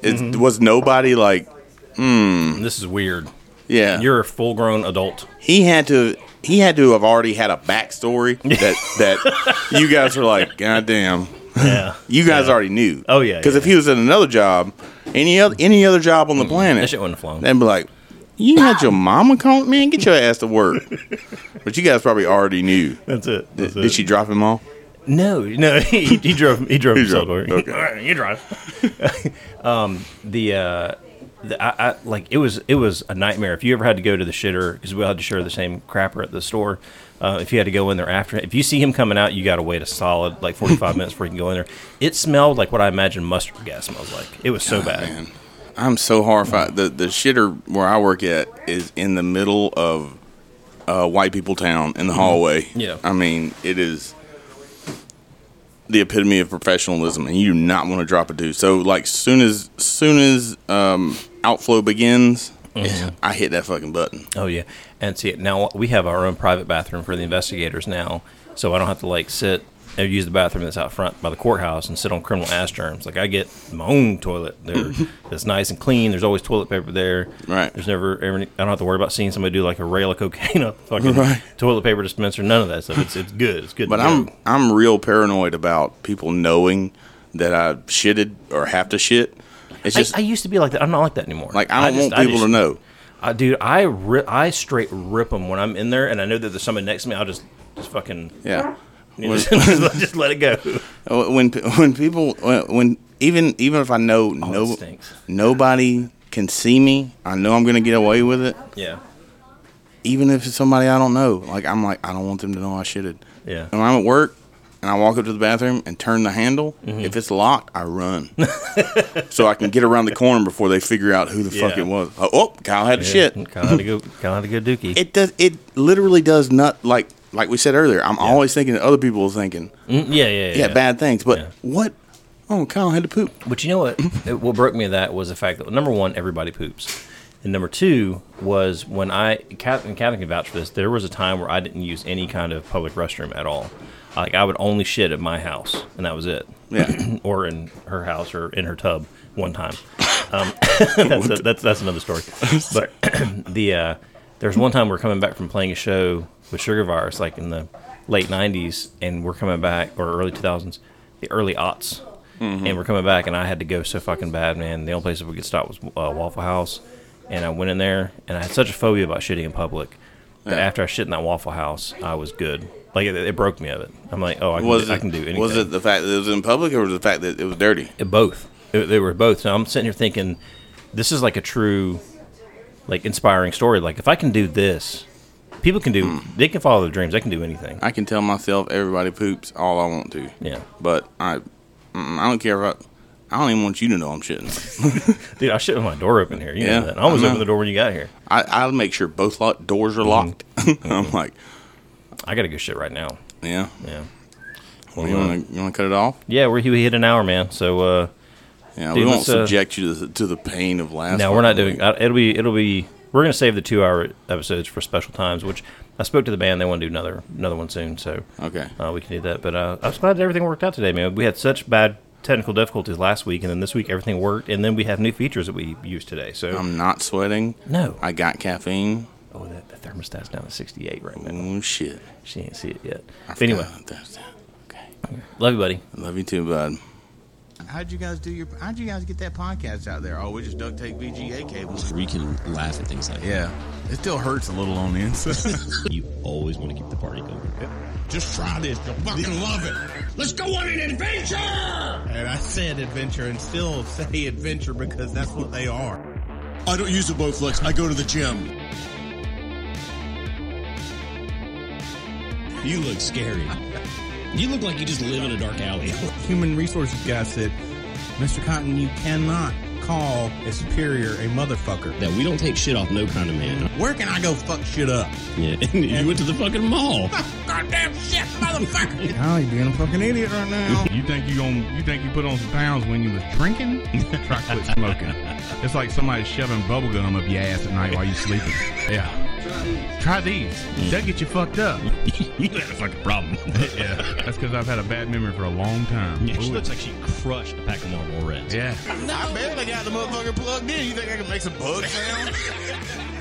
A: It
B: Mm-hmm.
A: was nobody like, hmm.
B: This is weird.
A: Yeah,
B: you're a full-grown adult.
A: He had to. He had to have already had a backstory that that you guys were like, God damn.
B: Yeah.
A: you guys already knew.
B: Oh, yeah, Mm-hmm.
A: Because if he was in another job, any other any other job on the planet,
B: that shit wouldn't have flown.
A: They'd be like, "You had your mama call man, get your ass to work." but you guys probably already knew.
B: That's it.
A: Did, did she drop him off?
B: No, no, he, he drove. He drove
A: He
B: himself
A: drove,
B: over.
A: okay.
B: All right, you drive. um, the uh, the I, I like it was it was a nightmare. If you ever had to go to the shitter because we all had to share the same crapper at the store. Uh, if you had to go in there after, if you see him coming out, you got to wait a solid like forty five minutes before you can go in there. It smelled like what I imagine mustard gas smells like. It was so bad.
A: I'm so horrified. The the shitter where I work at is in the middle of uh, white people town in the hallway.
B: Mm-hmm. Yeah.
A: I mean, it is the epitome of professionalism, and you do not want to drop a dude. So like, soon as soon as um, outflow begins,
B: Mhm.
A: I hit that fucking button.
B: Oh yeah, and see now we have our own private bathroom for the investigators now, so I don't have to like sit and use the bathroom that's out front by the courthouse and sit on criminal ass germs. Like I get my own toilet there that's nice and clean. There's always toilet paper there. Right. There's never ever, I don't have to worry about seeing somebody do like a rail of cocaine up the fucking
A: Right.
B: toilet paper dispenser. None of that stuff. It's it's good. It's good.
A: But
B: to
A: I'm
B: go.
A: I'm real paranoid about people knowing that I shitted or have to shit. It's
B: I-
A: just
B: I, used to be like that. I'm not like that anymore.
A: like I don't
B: just-
A: want people
B: just-
A: to know.
B: I, dude, I rip, I straight rip them when I'm in there, and I know that there's someone next to me. I'll just, just fucking
A: Yeah.
B: You know, just, just let it go.
A: go. Oh, When pe- when people when, when even even if I
B: Oh,
A: know no, nobody can see me, I know I'm gonna get away with it.
B: Yeah.
A: Even if it's somebody I don't know, like I'm like I don't want them to know I shitted.
B: Yeah.
A: And when I'm at work and I walk up to the bathroom and turn the handle,
B: Mm-hmm.
A: if it's locked, I run. so I can get around the corner before they figure out who the fuck
B: Yeah.
A: it was. Oh, oh Kyle had the
B: Yeah,
A: shit.
B: Kyle had to go. Kyle had to go dookie.
A: It does. It literally does not like like we said earlier. I'm always thinking that other people are thinking.
B: Mm, yeah, yeah, yeah,
A: yeah,
B: yeah.
A: bad things. But what? Oh, Kyle had to poop.
B: But you know what? It- what broke me of that was the fact that number one, everybody poops, and number two was when I Kat and Catherine can vouch for this. There was a time where I didn't use any kind of public restroom at all. Like I would only shit at my house, and that was it.
A: Yeah.
B: or in her house, or in her tub one time. Um, that's, a, that's that's another story. But the uh, there's one time we're coming back from playing a show with Sugar Virus, like in the late '90s, and we're coming back or early 2000s, the early aughts,
A: Mm-hmm.
K: Mhm.
B: and we're coming back, and I had to go so fucking bad, man. The only place that we could stop was uh, Waffle House, and I went in there, and I had such a phobia about shitting in public that
A: Yeah.
B: after I shit in that Waffle House, I was good. Like it, it broke me of it. I'm like, oh, I can,
A: was
B: do,
A: it,
B: I can do anything.
A: Was it the fact that it was in public, or was it the fact that it was dirty?
B: It- both. It- they were both. So I'm sitting here thinking, this is like a true, like inspiring story. Like if I can do this, people can do. They can follow their dreams. They can do anything.
A: I can tell myself everybody poops all I want to.
B: Yeah.
A: But I, mm, I don't care if I. I don't even want you to know I'm shitting.
B: Dude, I shit with my door open here. You know that. I almost opened the door when you got here.
A: I, I'll make sure both lock, doors are locked. I'm like,
B: I gotta go shit right now.
A: Yeah.
B: Yeah.
A: Well, uh, you want to you want to cut it off?
B: Yeah, we're we hit an hour, man. So uh,
A: Yeah,
B: dude,
A: we won't
B: let's, uh,
A: subject you to the, to the pain of last.
B: no, we're not
A: fucking
B: doing. I, it'll be. It'll be. We're gonna save the two-hour episodes for special times. Which I spoke to the band. They want to do another another one soon. So
A: okay,
B: uh, we can do that. But uh, I was glad that everything worked out today, man. We had such bad technical difficulties last week, and then this week everything worked, and then we have new features that we use today. So
A: I'm not sweating.
B: No.
A: I got caffeine.
B: Oh, that, the thermostat's down to 68 right
A: now. Oh shit.
B: She ain't see it yet.
A: I
B: But anyway.
A: forgot there's that.
B: love you, buddy.
A: Love you too, bud.
C: How'd you guys do your? How'd you guys get that podcast out there? Oh, we just duct tape VGA cables.
D: We can laugh at things like
C: Yeah, it still hurts a little on the inside.
D: that. You always want to keep the party going.
E: Just try this. You'll fucking love it. Let's go on an adventure!
F: And I said adventure and still say adventure because that's what they are.
E: I don't use a Bowflex. I go to the gym.
D: You look scary. You look like you just live in a dark alley.
F: Human resources guy said, Mr. Cotton, you cannot call a superior a motherfucker.
D: That we don't take shit off no kind of man.
F: Where can I go fuck shit up?
D: Yeah. you went to the fucking mall.
E: Goddamn shit, motherfucker!
F: How you being a fucking idiot right now?
G: You think you going you think you put on some pounds when you was drinking? Try to quit smoking. It's like somebody shoving bubble gum up your ass at night while you sleeping. Yeah. Try these. That get you fucked up.
D: you had a fucking problem.
G: yeah. That's because I've had a bad memory for a long time.
D: Yeah, she
G: Ooh,
D: looks like she crushed a pack of Marlboro Reds.
G: Yeah.
E: I barely got the motherfucker plugged in. You think I can make some bug sounds?